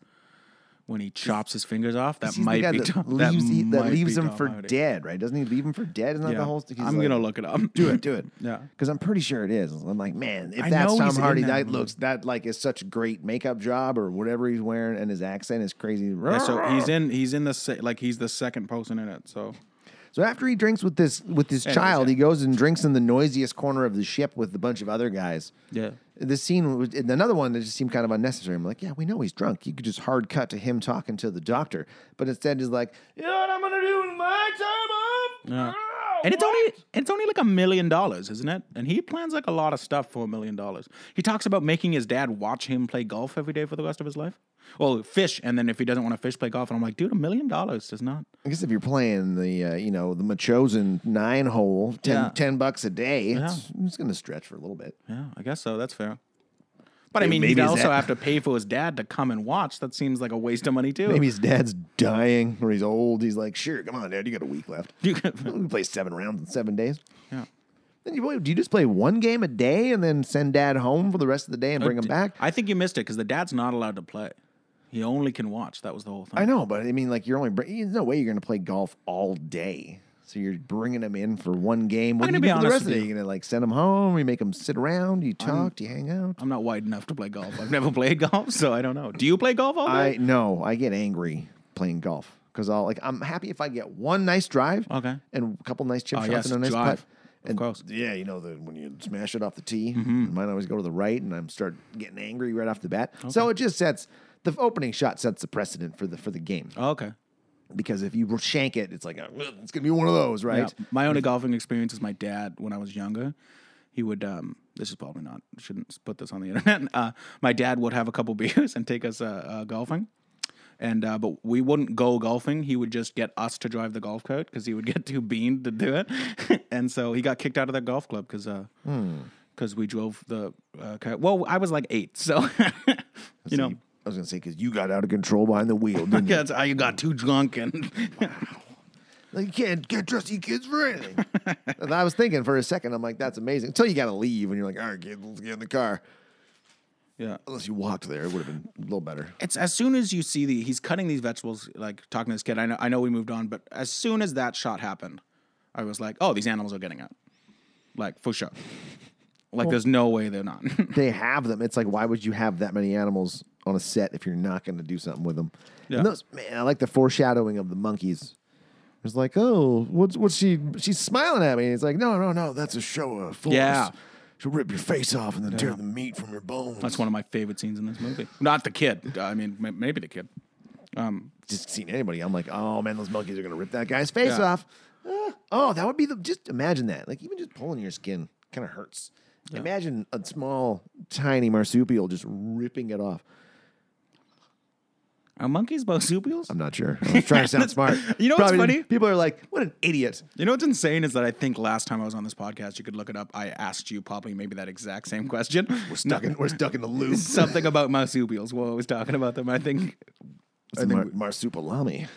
when he chops his fingers off. That
He's the
might
guy
be
that
Tom.
leaves, he- that
might
leaves
be
him
Tom
for
Hardy.
dead, right? Doesn't he leave him for dead? Isn't that
Yeah.
the whole? thing? He's
I'm
like-
gonna look it up.
Do it, do it.
Yeah.
because I'm pretty sure it is. I'm like, man, if
I
that's
know
Tom
he's in
Hardy,
that
that
movie.
looks that like is such a great makeup job or whatever he's wearing, and his accent is crazy.
Yeah, so he's in. He's in the se- like he's the second person in it. So
So after he drinks with this with his
Anyways,
child, he
yeah.
goes and drinks in the noisiest corner of the ship with a bunch of other guys.
Yeah.
This scene was and another one that just seemed kind of unnecessary. I'm like, yeah, we know he's drunk. You could just hard cut to him talking to the doctor. But instead he's like,
You know what I'm gonna do in my time
Yeah.
off? Ah,
and it's
what?
only it's only like a million dollars, isn't it? And he plans like a lot of stuff for a million dollars. He talks about making his dad watch him play golf every day for the rest of his life. Well, fish, and then if he doesn't want to fish, play golf. And I'm like, dude, a million dollars does not.
I guess if you're playing the uh, you know, the Machosen nine hole, 10,
Yeah.
10 bucks a day, it's, it's gonna stretch for a little bit.
Yeah, I guess so. That's fair. But I mean,
maybe
he'd
his
also
dad-
have to pay for his dad to come and watch. That seems like a waste of money too.
Maybe his dad's dying or he's old. He's like, sure, come on, dad, you got a week left.
You
We
could-
can play seven rounds in seven days.
Yeah.
Then you, do you just play one game a day and then send dad home for the rest of the day and bring him back?
I think you missed it because the dad's not allowed to play. He only can watch. That was the whole thing.
I know, but I mean, like, you're only, br- there's no way you're going to play golf all day. So you're bringing him in for one game. What
I'm
do you
gonna be
do for the
honest
rest of
with
the day?
you.
You're going to, like, send him home? You make him sit around? You talk? do you hang out?
I'm not wide enough to play golf. I've never played golf, so I don't know. Do you play golf all
I
day?
no, I get angry playing golf because I'll like I'm happy if I get one nice drive,
Okay.
and a couple nice chip
Oh,
shots
yes,
and a nice
drive.
putt.
Of
And
course. Mm-hmm.
yeah, you know that when you smash it off the tee, mine always go to the right, and I'm start getting angry right off the bat. So it just sets the opening shot sets the precedent for the for the game
Oh, okay.
because if you shank it, it's like "Ugh, it's gonna be one of those, right?
Yeah. My only golfing experience is my dad when I was younger. He would. Um, this is probably not. Shouldn't put this on the internet. Uh, my dad would have a couple beers and take us uh, uh, golfing, and uh, but we wouldn't go golfing. He would just get us to drive the golf cart because he would get too beaned to do it, and so he got kicked out of the golf club because. Uh, Because we drove the uh, cart. Well, I was like eight, so you know,
I was gonna say because you got out of control behind the wheel, didn't you?
that's how you got too drunk and
Like, you can't can't trust you kids for anything. and I was thinking for a second, I'm like, that's amazing. Until you gotta leave, and you're like, all right, kid, let's get in the car.
yeah.
Unless you walked there, it would have been a little better.
It's as soon as you see the he's cutting these vegetables, like talking to this kid. I know I know we moved on, but as soon as that shot happened, I was like, oh, these animals are getting out, like for sure. Like there's no way they're not.
They have them. It's like, why would you have that many animals on a set if you're not going to do something with them?
Yeah.
And those, man, I like the foreshadowing of the monkeys. It's like, oh, what's what's she? She's smiling at me. And it's like, no, no, no, that's a show of force.
Yeah.
she'll rip your face off and then tear the meat from your bones.
That's one of my favorite scenes in this movie. Not the kid. I mean, m- maybe the kid.
just seen anybody. I'm like, oh man, those monkeys are gonna rip that guy's face
Yeah.
off. Ah, oh, that would be the. Just imagine that. Like even just pulling your skin kind of hurts. Imagine a small, tiny marsupial just ripping it off.
Are monkeys marsupials?
I'm not sure. I was trying to sound smart.
You know what's
Probably-
funny?
People are like, what an idiot.
You know what's insane is that I think last time I was on this podcast, you could look it up. I asked you probably maybe that exact same question. We're
Stuck in, we're stuck in the loop.
something about marsupials. Well, I was talking about them. I think
It's Mar- marsupilami.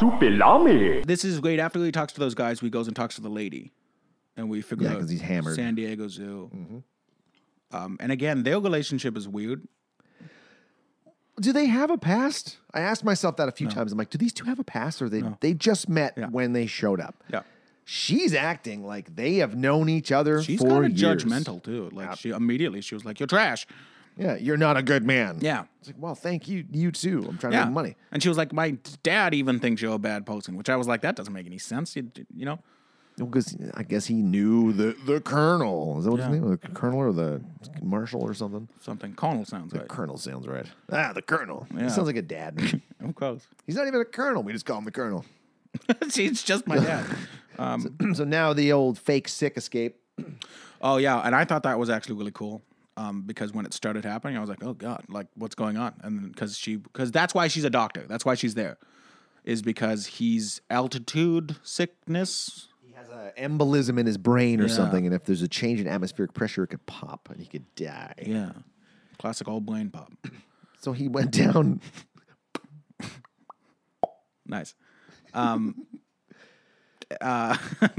This is great. After he talks to those guys, he goes and talks to the lady, and we figure
Yeah,
out
'cause he's hammered. Mm-hmm.
San Diego Zoo. Um, and again, their relationship is weird.
Do they have a past? I asked myself that a few times. I'm like, do these two have a past, or they they just met when they showed up?
Yeah,
She's acting like they have known each other
she's
for
kind of
years.
judgmental too. Like she immediately she was like, "You're trash."
Yeah, you're not a good man.
Yeah,
It's like, well, thank you, you too. I'm trying
yeah.
to make money.
And she was like, "My dad even thinks you're a bad person," which I was like, "That doesn't make any sense." You, you know,
Because I guess he knew the the colonel. Is that what
Yeah.
his name? was? The colonel or the marshal or something?
something. Colonel sounds right.
Colonel sounds right. Ah, the colonel.
Yeah.
He sounds like a dad.
Of course,
He's not even a colonel. We just call him the colonel.
she's just my dad.
so now the old fake sick escape.
Oh yeah, and I thought that was actually really cool. Um, because when it started happening, I was like, "Oh God, like what's going on?" And because she, because that's why she's a doctor. That's why she's there, is because he's altitude sickness.
He has an embolism in his brain or
Yeah.
something, and if there's a change in atmospheric pressure, it could pop and he could die.
Yeah, classic old brain pop.
So he went down.
Nice. Um, Uh,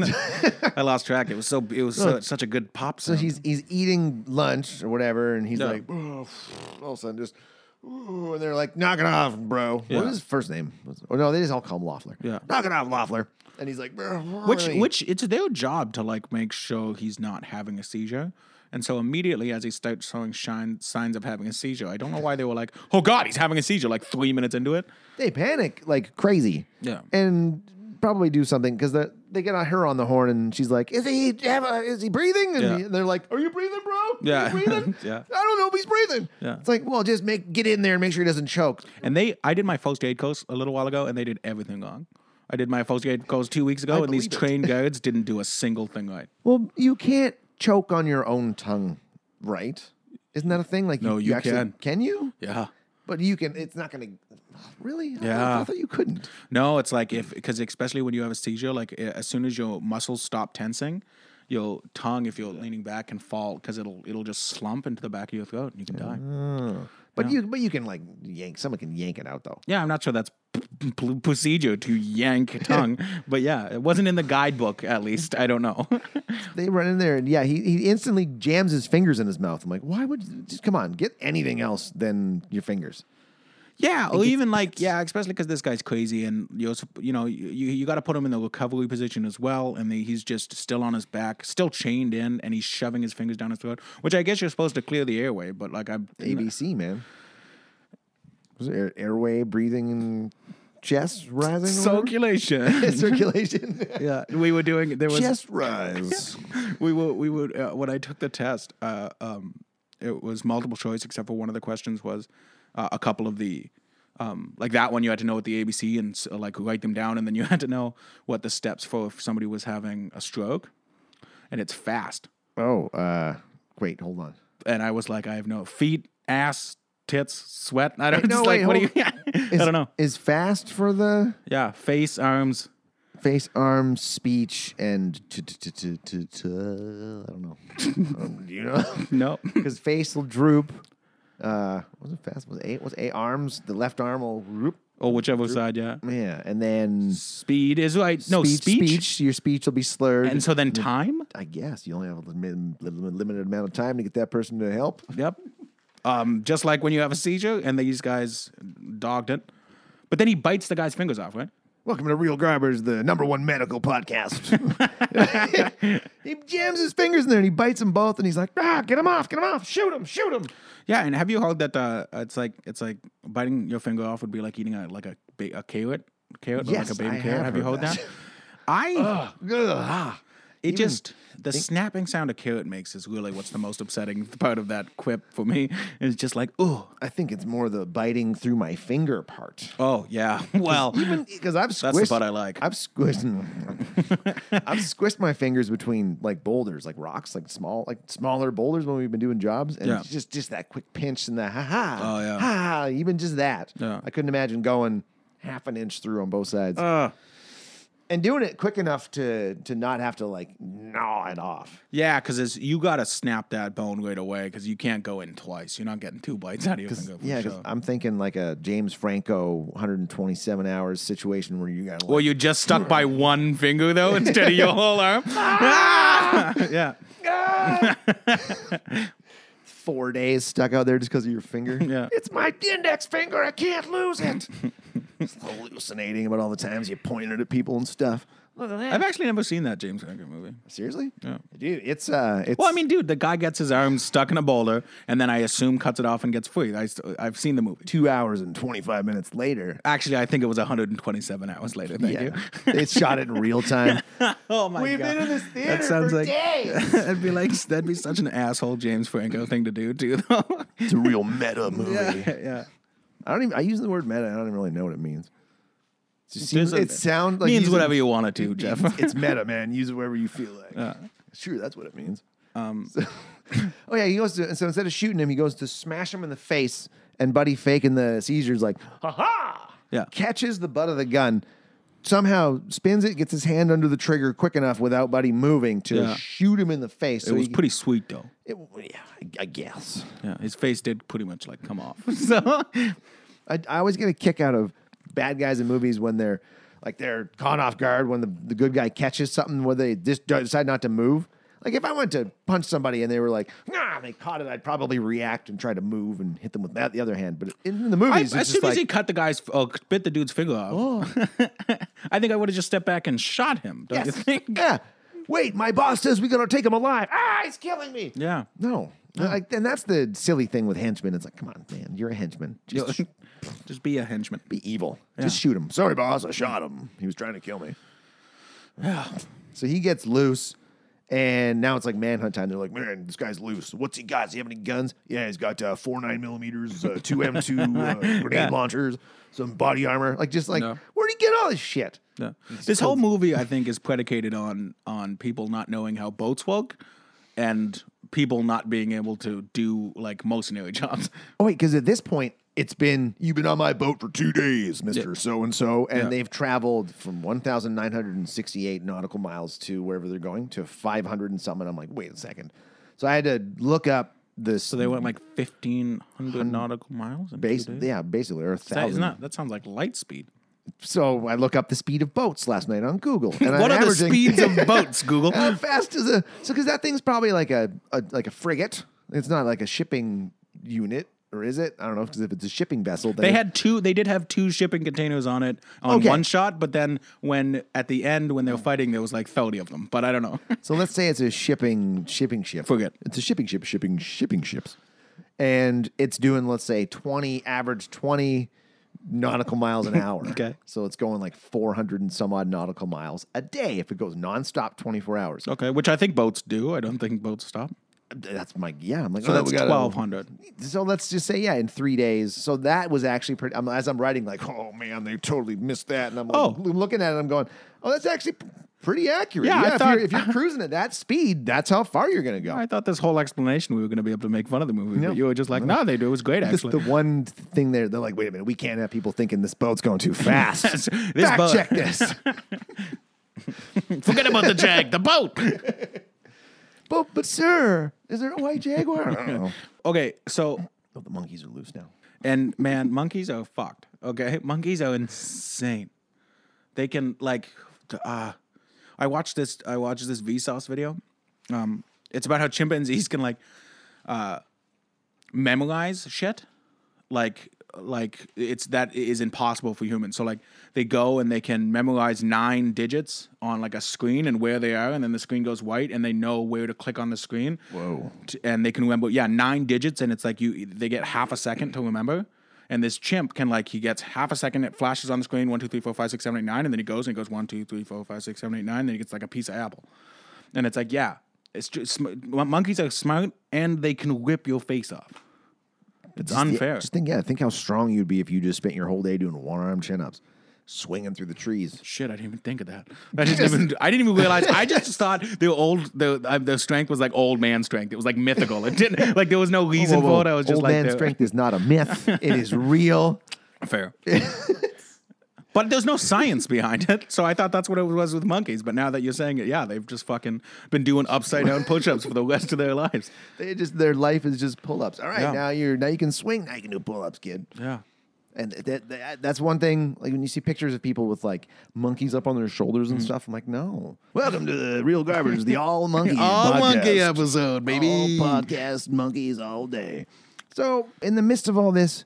I lost track. It was so it was so, such a good pop.
So
Sound.
he's he's eating lunch or whatever, and he's
Yeah.
like, "Oh," all of a sudden just, "Oh," and they're like, knock it off, bro. What
Yeah.
was his first name? Oh no, they just all call him Loeffler.
Yeah.
knock it off, Loeffler. And he's like, "Bro,
which
really?"
which it's their job to like make sure he's not having a seizure. And so immediately, as he starts showing shine, signs of having a seizure, I don't know why they were like, "Oh God, he's having a seizure!" Like three minutes into it.
they panic like crazy.
Yeah.
and probably do something because they they get on her on the horn, and she's like, is he have a, is he breathing? And
Yeah.
he- they're like, are you breathing, bro? Are you
Yeah.
breathing?
Yeah.
I don't know if he's breathing.
Yeah.
it's like, well, just make get in there and make sure he doesn't choke.
And they, I did my first aid course a little while ago, and they did everything wrong. I did my first aid course two weeks ago, and these
believe it.
trained guards didn't do a single thing right.
Well, you can't choke on your own tongue, right? Isn't that a thing? Like,
No, you
actually-
can.
Can you?
Yeah.
But you can. It's not going to. Really? I thought- I,
Yeah.
thought you couldn't.
No, it's like if because especially when you have a seizure, like i- as soon as your muscles stop tensing, your tongue, if you're leaning back, can fall because it'll it'll just slump into the back of your throat and you can die.
But you, but you can like yank. Someone can yank it out though.
Yeah, I'm not sure that's p- p- p- procedure to yank a tongue, but yeah, it wasn't in the guidebook. At least I don't know.
They run in there and yeah, he, he instantly jams his fingers in his mouth. I'm like, why would you just come on? Get anything else than your fingers.
Yeah, or even like yeah, especially because this guy's crazy, and you're sup- you know you you got to put him in the recovery position as well, and the, he's just still on his back, still chained in, and he's shoving his fingers down his throat, which I guess you're supposed to clear the airway, but like I
ABC man. Was it air- airway breathing and chest rising? or whatever?
circulation.
circulation.
yeah, we were doing there was
chest rise.
we were we would uh, when I took the test, uh, um, it was multiple choice except for one of the questions was uh, a couple of the um, like that one you had to know what the ABC and s- uh, like write them down, and then you had to know what the steps for if somebody was having a stroke, and it's fast.
Oh, uh, wait, hold on.
And I was like, I have no feet, ass, tits, sweat. I don't
Wait, no,
know.
wait,
like, what do you?
hold-
I don't know.
Is fast for the
Yeah, face, arms.
face, arm, speech, and t- t- t- t- t- t- I don't know. Um, Do you know?
No,
Because face will droop. Uh, wasn't fast. Was eight? Was eight arms? The left arm will droop.
or whichever side. Yeah,
Yeah, and then
speed is right. No
speech,
speech.
speech, Your speech will be slurred.
And so then time.
I guess you only have a lim- lim- limited amount of time to get that person to help.
Yep. Um, just like when you have a seizure and these guys dogged it. But then he bites the guy's fingers off, right?
Welcome to Real Garbers, the number one medical podcast. he jams his fingers in there and he bites them both, and he's like, "Ah, get him off, get him off, shoot him, shoot him."
Yeah, and have you heard that uh, it's like it's like biting your finger off would be like eating a like a ba- a carrot, carrot,
Yes,
like a baby
I
carrot.
have
Have you
heard
heard
that.
that? I
Ugh.
it just the snapping sound a carrot makes is really what's the most upsetting part of that quip for me. It's just like oh
I think it's more the biting through my finger part.
oh yeah well
Even because I've squished,
the part I like.
I've squished, I've squished my fingers between like boulders, like rocks, like small, like smaller boulders when we've been doing jobs, and
Yeah.
it's just just that quick pinch and the ha ha,
Oh,
ha
yeah.
ha, even just that.
Yeah.
I couldn't imagine going half an inch through on both sides and doing it quick enough to to not have to like gnaw it off.
yeah because you gotta snap that bone right away because you can't go in twice. You're not getting two bites out of your finger. For
Yeah,
sure.
because I'm thinking like a James Franco 127 hours situation where you got to
Well, you just stuck by one finger though instead of your whole arm. Ah! yeah,
four days stuck out there just because of your finger.
Yeah.
It's my index finger. I can't lose it. It's hallucinating about all the times you pointed at people and stuff. Look at that.
I've actually never seen that James Franco movie.
Seriously?
Yeah.
Dude, it's uh it's
Well, I mean, dude, the guy gets his arm stuck in a boulder, and then I assume cuts it off and gets free. I, st- I've seen the movie.
two hours and twenty five minutes later.
Actually, I think it was 127 hours later. Thank you.
it's shot it in real time.
Oh my
We've been in this theater
That sounds
for
like
days.
that'd be like that'd be such an asshole James Franco thing to do too, though.
It's a real meta movie.
yeah.
I don't even I use the word meta, I don't even really know what it means. It, just
There's
seems,
a-
it sounds like
means
using-
whatever you want it to, Jeff.
it's meta, man. Use it wherever you feel like. Sure, that's what it means. Um, oh yeah, he goes to so instead of shooting him, he goes to smash him in the face, and Buddy faking the seizures like, ha ha,
Yeah.
catches the butt of the gun, somehow spins it, gets his hand under the trigger quick enough without Buddy moving to
Yeah.
shoot him in the face.
it was pretty sweet though.
It, yeah, I, I guess.
Yeah, his face did pretty much like come off. So
I, I always get a kick out of bad guys in movies when they're like they're caught off guard when the, the good guy catches something where they just decide not to move. Like if I went to punch somebody and they were like, nah, and they caught it, I'd probably react and try to move and hit them with that the other hand. But in the
I,
movies,
as
it's
soon
just
as
like,
he cut the guy's, oh, bit the dude's finger off, Oh. I think I would have just stepped back and shot him. Don't you think?
yeah, wait, my boss says we gotta take him alive. Ah, he's killing me.
Yeah.
No. Like, and that's the silly thing with henchmen. It's like, come on, man, you're a henchman. Just
Yo, just be a henchman.
be evil. Just shoot him. Sorry, boss, I shot him. He was trying to kill me. so he gets loose, and now it's like manhunt time. They're like, man, this guy's loose. What's he got? Does he have any guns? Yeah, he's got uh, four nine millimeters, uh, two M two uh, grenade launchers, some body armor. Like, just like,
No.
where'd he get all this shit?
Yeah. This whole movie, I think, is predicated on on people not knowing how boats work and people not being able to do like mercenary jobs.
Oh, wait, because at this point, it's been you've been on my boat for two days, Mister So and So, and
Yeah.
they've traveled from one thousand nine hundred and sixty-eight nautical miles to wherever they're going to five hundred and some. And I'm like, wait a second. So I had to look up this.
So they went like fifteen hundred nautical miles. In two
base,
days?
yeah, basically, or a
That is
thousand.
not. That sounds like light speed.
so I look up the speed of boats last night on Google. And I'm
what are the
averaging-
speeds of boats, Google?
How fast is a so? Because that thing's probably like a, a like a frigate. It's not like a shipping unit, or is it? I don't know. Because if it's a shipping vessel, then
They
it-
had two. They did have two shipping containers on it on
Okay.
one shot, but then when at the end when they were fighting, there was like thirty of them. But I don't know.
So let's say it's a shipping shipping ship.
Forget.
It's a shipping ship, shipping shipping ships. And it's doing let's say 20 average 20 nautical miles an hour.
Okay.
So it's going like 400 and some odd nautical miles a day if it goes nonstop 24 hours.
okay, which I think boats do. I don't think boats stop.
That's my yeah, I'm like
So
oh,
that's
we gotta-
twelve hundred.
So let's just say yeah, in 3 days. So that was actually pretty I'm, as I'm writing like, "Oh man, they totally missed that." And I'm like
Oh.
I'm looking at it I'm going, "Oh, that's actually p- pretty accurate."
Yeah, I
if,
thought-
you're, if you're cruising at that speed, that's how far you're going to go.
I thought this whole explanation we were going to be able to make fun of the movie, but you were just like, "No, they do. It was great,
This- the
actually."
one thing there, they're like, wait a minute, we can't have people thinking this boat's going too fast.
This
Fact
boat.
check this.
Forget about the jag, the boat.
but, but sir, is there a white jaguar? I don't know.
Okay, so
Oh, the monkeys are loose now.
and man, monkeys are fucked. Okay, monkeys are insane. They can like, uh, I watched this. I watched this Vsauce video. Um, it's about how chimpanzees can like, uh, memorize shit. Like, like it's that is impossible for humans. So like, they go and they can memorize nine digits on like a screen and where they are, and then the screen goes white, and they know where to click on the screen. Whoa! And they can remember, yeah, nine digits, and it's like you they get half a second to remember. And this chimp can like he gets half a second, it flashes on the screen, one, two, three, four, five, six, seven, eight, nine, and then he goes and he goes one, two, three, four, five, six, seven, eight, nine, and then he gets like a piece of apple. And it's like, yeah, it's just sm- mon- monkeys are smart and they can rip your face off. It's unfair.
just think, yeah, think how strong you'd be if you just spent your whole day doing one arm chin ups, swinging through the trees.
Shit, I didn't even think of that. I didn't even. I didn't even realize. I just thought the old the uh, the strength was like old man strength. It was like mythical. It didn't like there was no reason
Whoa, whoa,
for it. I was just
Old
like
man
the-
strength is not a myth. it is real.
Fair. but there's no science behind it. So I thought that's what it was with monkeys. But now that you're saying it, yeah, they've just fucking been doing upside down push ups for the rest of their lives.
They just their life is just pull ups. All right,
Yeah.
now you're now you can swing. Now you can do pull ups, kid.
Yeah.
And that, that that's one thing. Like when you see pictures of people with like monkeys up on their shoulders and stuff, I'm like, no. Welcome to the real garbage, the all monkey, podcast.
episode,
all podcast monkeys all day. So in the midst of all this,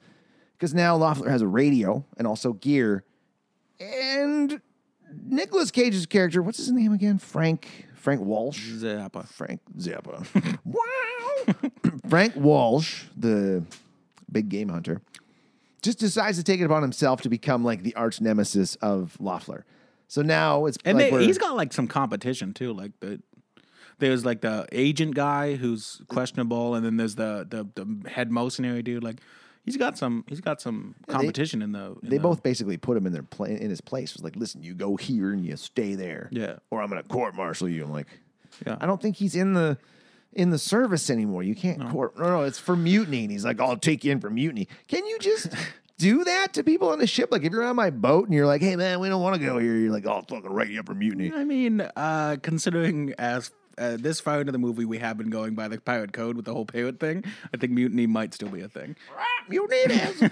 because now Loeffler has a radio and also gear, and Nicolas Cage's character, what's his name again? Frank Frank Walsh.
Zappa.
Frank Zappa. wow. Frank Walsh, the big game hunter, just decides to take it upon himself to become like the arch nemesis of Loeffler. So now it's
And
like
they,
we're-
he's got like some competition too. Like the there's like the agent guy who's questionable, and then there's the the, the head mercenary dude. Like he's got some he's got some competition in the. in
they
the-
both basically put him in their pla- in his place. It was like, listen, you go here and you stay there.
Yeah.
Or I'm gonna court martial you. I'm like,
Yeah.
I don't think he's in the in the service anymore. You can't court. No, no, it's for mutiny. And he's like, I'll take you in for mutiny. Can you just do that to people on the ship? Like if you're on my boat and you're like, hey man, we don't want to go here. You're like, "Oh, I'll fucking write you up for mutiny.
I mean, uh, considering as uh, this far into the movie, we have been going by the pirate code with the whole pirate thing. I think mutiny might still be a thing.
Mutiny it is.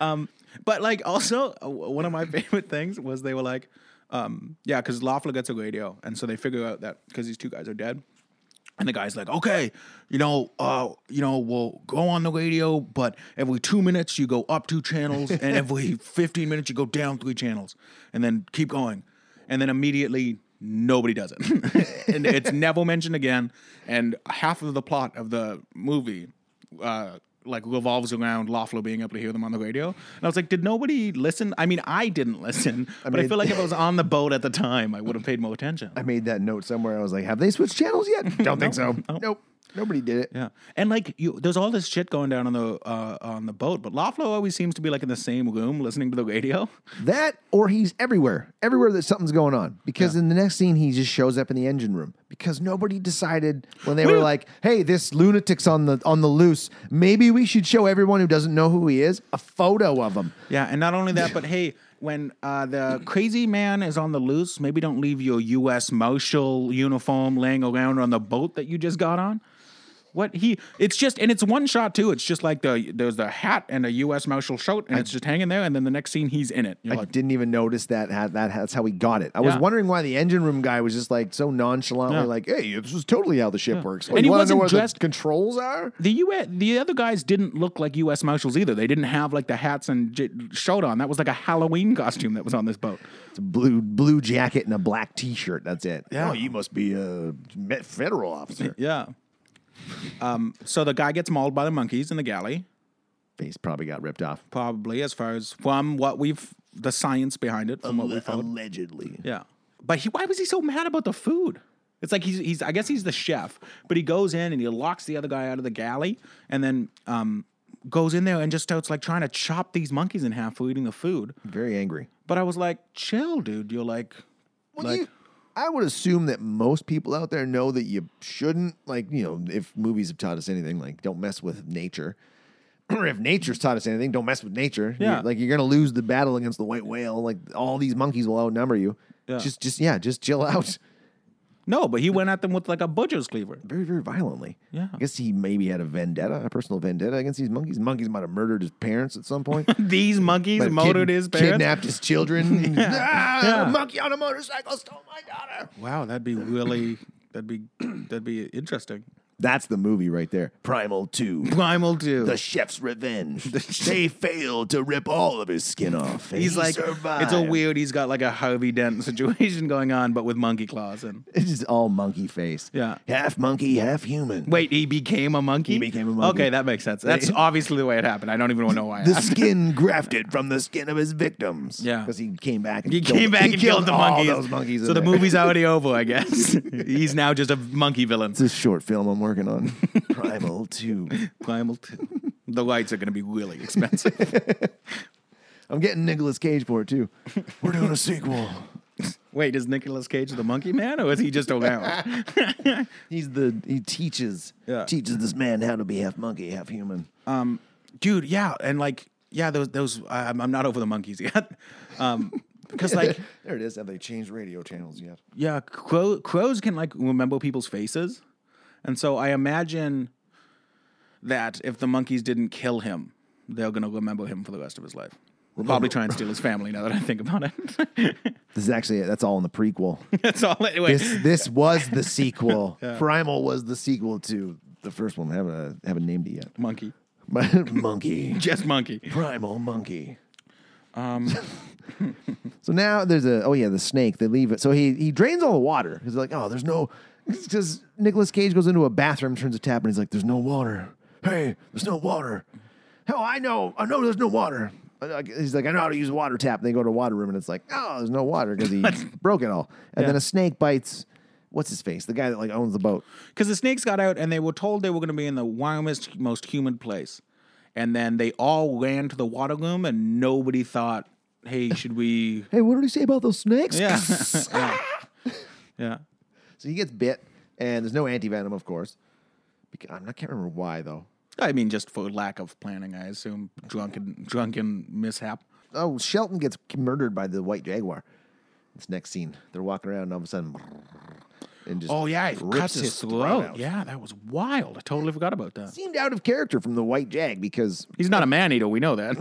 Um, But like also uh, w- one of my favorite things was they were like, um, yeah, because Lafla gets a radio, and so they figure out that because these two guys are dead. And the guy's like, okay, you know, uh, you know, we'll go on the radio, but every two minutes you go up two channels, and every fifteen minutes you go down three channels, and then keep going. And then immediately nobody does it, and it's never mentioned again. And half of the plot of the movie, uh, like revolves around Laflo being able to hear them on the radio. And I was like, did nobody listen? I mean, I didn't listen, but I
mean-
feel like if I was on the boat at the time, I would have paid more attention.
I made that note somewhere. I was like, have they switched channels yet? Don't think so. Nope. Nobody did it.
Yeah, and like you, there's all this shit going down on the uh, on the boat, but Laflo always seems to be like in the same room listening to the radio.
That or he's everywhere, everywhere that something's going on. Because in the next scene, he just shows up in the engine room because nobody decided when they were like, "Hey, this lunatic's on the on the loose. Maybe we should show everyone who doesn't know who he is a photo of him."
Yeah, and not only that, but hey, when uh, the crazy man is on the loose, maybe don't leave your U.S. Marshal uniform laying around on the boat that you just got on. What he? It's just and it's one shot too. It's just like the there's the hat and a U.S. Marshal shirt, and it's just hanging there. And then the next scene, he's in it.
I
You're like,
didn't even notice that. How, that that's how he got it. I was
Yeah.
wondering why the engine room guy was just like so nonchalantly,
Yeah.
like, "Hey, this is totally how the ship works." Like,
And
you
he
want to know
wasn't
where
dressed-
the controls are?
The U. the other guys didn't look like U.S. Marshals either. They didn't have like the hats and j- shirt on. That was like a Halloween costume that was on this boat.
It's a blue blue jacket and a black T-shirt. That's it.
Yeah.
Oh, you must be a me- federal officer.
Yeah. Um, so the guy gets mauled by the monkeys in the galley,
Face probably got ripped off.
probably as far as from what we've the science behind it, from what we found.
Allegedly.
Yeah. But he, why was he so mad about the food? It's like he's, he's, I guess he's the chef, but he goes in and he locks the other guy out of the galley and then um, goes in there and just starts like trying to chop these monkeys in half for eating the food.
Very angry.
But I was like, chill, dude. You're like,
Well,
Like-
you, I would assume that most people out there know that you shouldn't, like, you know, if movies have taught us anything, like, don't mess with nature. Or if nature's taught us anything, don't mess with nature. You-
Yeah.
like, you're going to lose the battle against the white whale. Like, all these monkeys will outnumber you.
Yeah.
Just, just, yeah, just chill out
no, but he went at them with like a butcher's cleaver.
very, very violently.
Yeah.
I guess he maybe had a vendetta, a personal vendetta against these monkeys. Monkeys might have murdered his parents at some point.
These monkeys
Might have
murdered
kid-
his parents.
Kidnapped his children. Ah,
Yeah.
A monkey on a motorcycle stole Oh, my daughter.
Wow, that'd be really, that'd be, that'd be interesting.
That's the movie right there. Primal 2.
Primal too.
The chef's revenge. they failed to rip all of his skin off. and
He's
he
like,
survived.
it's a weird. He's got like a Harvey Dent situation going on, but with monkey claws. And
It's just all monkey face.
Yeah.
half monkey, half human.
wait, he became a monkey.
He became a monkey.
Okay, that makes sense. That's obviously the way it happened. I don't even know why. it
the
happened.
skin grafted from the skin of his victims.
Yeah.
because he came back. And
He
killed,
came back
he
and killed, the
all
monkeys.
Those monkeys.
so
in
the
there.
movie's already over, I guess. he's now just a monkey villain.
This short film I'm working on, Primal Two.
Primal too. The lights are going to be really expensive.
I'm getting Nicolas Cage for it too. We're doing a sequel.
Wait, is Nicolas Cage the monkey man, or is he just around?
He's the he teaches
Yeah.
teaches this man how to be half monkey, half human.
Dude, yeah, and like, yeah, those those I'm, I'm not over the monkeys yet, um, because like,
There it is. Have they changed radio channels yet?
yeah, crow, crows can like remember people's faces, and so I imagine that if the monkeys didn't kill him, they're gonna remember him for the rest of his life. Probably try and steal his family. Now that I think about it,
This is actually that's all in the prequel.
that's all. Anyway,
this this was the sequel. Primal was the sequel to the first one. I haven't uh, haven't named it yet.
monkey,
But monkey,
just monkey.
primal monkey. Um. so now there's a oh yeah the snake. They leave it. So he he drains all the water. He's like oh there's no because Nicolas Cage goes into a bathroom, turns a tap, and he's like there's no water. Hey, there's no water. Hell, I know I know there's no water. I- I- He's like, I know how to use a water tap. And they go to a water room, and it's like, oh, there's no water because he broke it all. And then a snake bites. What's his face? The guy that like owns the boat.
because the snakes got out and they were told they were going to be in the wildest, most humid place. And then they all ran to the water room, and nobody thought, "Hey, should we?"
Hey, what did he say about those snakes?
Yeah, yeah. yeah.
So he gets bit, and there's no anti venom, of course. Beca- I'm not- I can't remember why though.
I mean, just for lack of planning, I assume drunken, drunken mishap.
Oh, Shelton gets k- murdered by the white jaguar. This next scene, they're walking around, and all of a sudden, and just
Oh yeah, it
rips
cuts his throat.
out.
Yeah, that was wild. I totally forgot about that.
Seemed out of character from the White Jag because
He's not a man eater. We know that.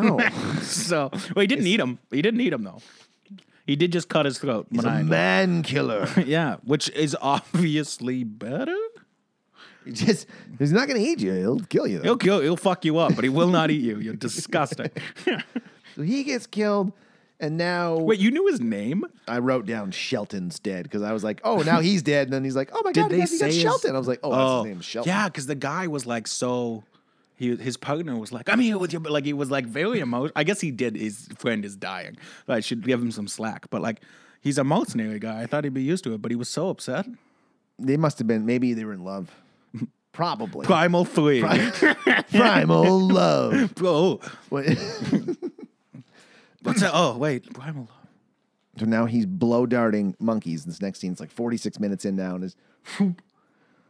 so well, he didn't eat him. He didn't eat him though. He did just cut his throat.
he's a
maniacally.
man killer.
yeah, which is obviously better.
He just he's not going to eat you. He'll kill you. though.
He'll kill. He'll fuck you up, but he will not eat you. You're disgusting.
So he gets killed, and now
Wait, you knew his name?
I wrote down Shelton's dead because I was like, oh, now he's dead. And then he's like, oh my
Did
god,
they
he got, he got
say his-
Shelton. I was like, oh, that's his name, Shelton.
Yeah, because the guy was like so. He, his partner was like, "I'm here with you," but like he was like very emotional. I guess he did. His friend is dying. I should give him some slack. But like, he's a mercenary guy. I thought he'd be used to it, but he was so upset.
They must have been. Maybe they were in love. Probably
Primal three.
primal love.
oh,
What-
what's that? Oh, wait, primal.
so now he's blow darting monkeys. This next scene's like 46 minutes in now, and is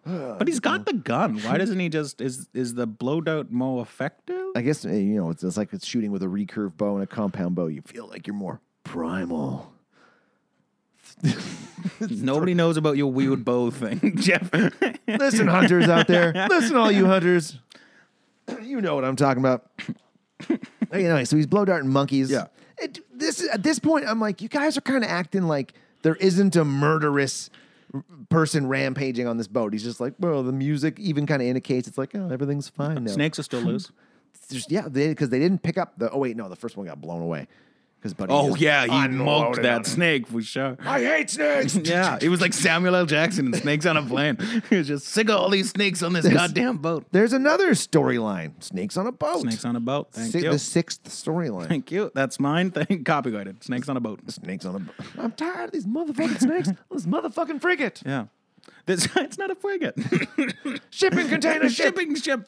Uh,
But he's got the gun. Why doesn't he just is is the blow dart more effective?
I guess eh, you know it's, it's like it's shooting with a recurve bow and a compound bow. You feel like you're more primal.
Nobody knows about your weird bow thing, Jeff.
Listen, hunters out there. Listen, all you hunters. You know what I'm talking about. anyway, so he's blow darting monkeys.
Yeah.
It, this at this point, I'm like, you guys are kind of acting like there isn't a murderous r- person rampaging on this boat. He's just like, well, the music even kind of indicates it's like, oh, everything's fine now.
Snakes are still loose.
It's just, yeah, because they, didn't pick up the. Oh wait, no, the first one got blown away. Because buddy,
Oh
just
yeah, he mugged
unloaded on
that
him.
snake for sure.
I hate snakes.
Yeah, it was like Samuel L. Jackson and snakes on a plane. He was just sick of all these snakes on this goddamn boat.
There's another storyline: snakes on a boat.
Snakes on a boat. Thank
Si-
you.
The sixth storyline.
Thank you. That's mine. Thing copyrighted. Snakes on a boat.
Snakes on a boat. I'm tired of these motherfucking snakes. on this motherfucking frigate.
Yeah. This, it's not a frigate.
Shipping container
a
ship.
shipping ship.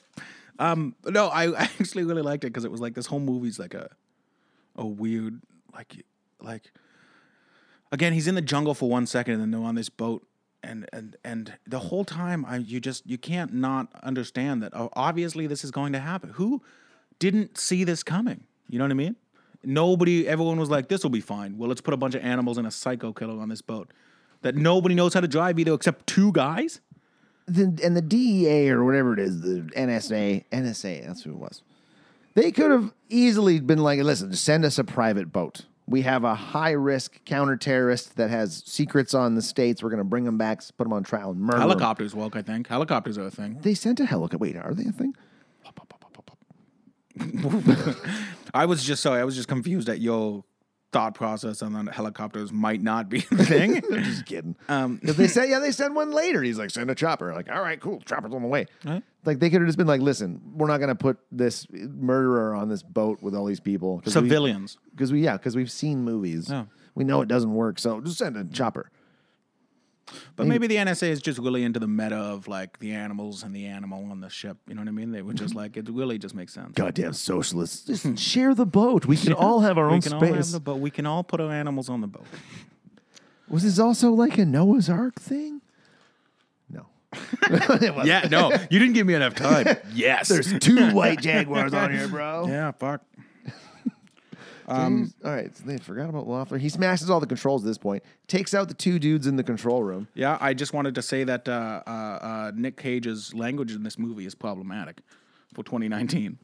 Um, no, I I actually really liked it because it was like this whole movie's like a a weird like like again he's in the jungle for one second and then they're on this boat and and and the whole time I you just you can't not understand that oh, obviously this is going to happen. Who didn't see this coming? You know what I mean? Nobody, everyone was like, "This will be fine." Well, let's put a bunch of animals and a psycho killer on this boat that nobody knows how to drive either, except two guys.
The- and the DEA or whatever it is, the NSA, NSA, that's who it was. They could have easily been like, listen, send us a private boat. We have a high risk counter terrorist that has secrets on the states. We're going to bring them back, put them on trial, and murder 'em."
Helicopters walk, I think. Helicopters are a thing.
They sent a helicopter. Wait, are they a thing?
I was just sorry. I was just confused at your thought process on that helicopters might not be a thing.
Just kidding.
Um,
Because they said, yeah, they send one later. He's like, send a chopper. Like, all right, cool, chopper's on the way. Like they could have just been like, listen, we're not gonna put this murderer on this boat with all these people.
Civilians.
Because we, yeah, because we've seen movies.
Yeah.
We know it doesn't work, so just send a chopper.
But maybe the NSA is just really into the meta of like the animals and the animal on the ship. You know what I mean? They were just like, it really just makes sense.
Goddamn socialists. Listen, share the boat. We can all have our
Hmm. we
own
can
space.
all have the boat. We can all put our animals on the boat.
Was this also like a Noah's Ark thing? No.
yeah, no, you didn't give me enough time. Yes.
There's two white jaguars on here, bro.
yeah, fuck.
Um, all right, so they forgot about Loeffler. He smashes all the controls at this point, takes out the two dudes in the control room.
Yeah, I just wanted to say that uh, uh, uh, Nick Cage's language in this movie is problematic for 2019.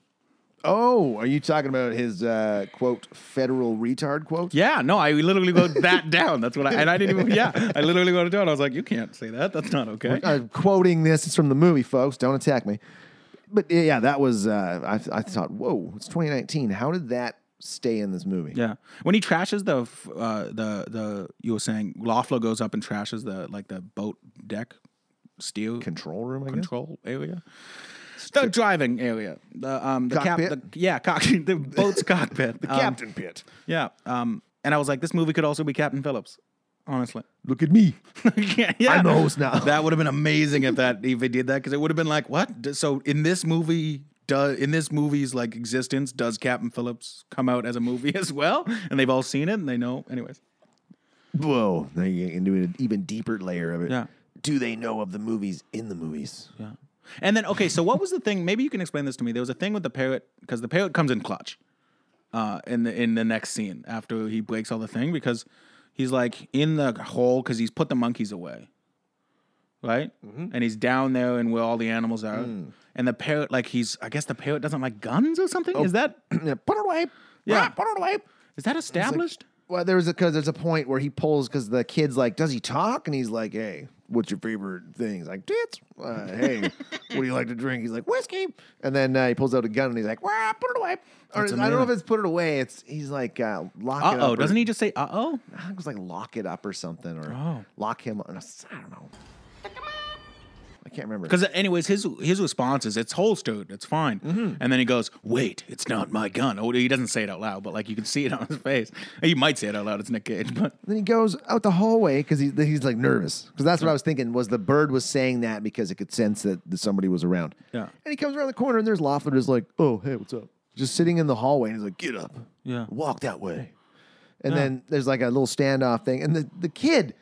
Oh, are you talking about his uh, quote federal retard quote?
Yeah, no, I literally wrote that down. That's what I and I didn't even yeah, I literally wrote it down. I was like, you can't say that. That's not okay.
I'm Uh, quoting this. It's from the movie, folks. Don't attack me. But yeah, that was. Uh, I, I thought, whoa, it's 2019. How did that stay in this movie?
Yeah, when he trashes the f- uh, the the you were saying Loeffler goes up and trashes the like the boat deck steel
Control room, I guess.
control area. The driving area, the um, the
Cockpit?
Cap, the, yeah, cock, the boat's cockpit, the
Captain Pitt.
yeah, um, and I was like, this movie could also be Captain Phillips, honestly.
Look at me.
yeah, yeah.
I'm the host now.
That would have been amazing if that if they did that because it would have been like what? D- So in this movie, does in this movie's like existence, does Captain Phillips come out as a movie as well? And they've all seen it and they know. Anyways,
Whoa. Now you get into an even deeper layer of it.
Yeah.
Do they know of the movies in the movies?
yeah. And then okay, so what was the thing? Maybe you can explain this to me. There was a thing with the parrot because the parrot comes in clutch uh, in the in the next scene after he breaks all the thing because he's like in the hole because he's put the monkeys away. right? And he's down there and where all the animals are. And the parrot, like he's, I guess the parrot doesn't like guns or something. Is that
Yeah, put it away.
Yeah.
Rah, put it away.
is that established?
Well, there was a because there's a point where he pulls because the kid's like, does he talk? And he's like, hey, what's your favorite thing? He's like, tits. Uh, hey, what do you like to drink? He's like, whiskey. And then uh, he pulls out a gun and he's like, Wah, put it away. Or
That's
I don't know if
amazing.
it's put it away. It's he's like, uh, lock
Uh
it up.
oh, doesn't he just say uh oh?
I think it was like lock it up or something, or
Oh.
lock him. up. I don't know. I can't remember.
Because anyways, his his response is it's holstered, it's fine. And then he goes, "Wait, it's not my gun." Oh, he doesn't say it out loud, but like you can see it on his face. He might say it out loud. It's Nick Cage, but
Then he goes out the hallway because he, he's like nervous. Because that's
Hmm.
what I was thinking was the bird was saying that because it could sense that that somebody was around.
Yeah.
And he comes around the corner and there's Loeffler just like, oh, hey, what's up? Just sitting in the hallway and he's like, get up.
Yeah.
Walk that way. And then there's like a little standoff thing. And the, the kid,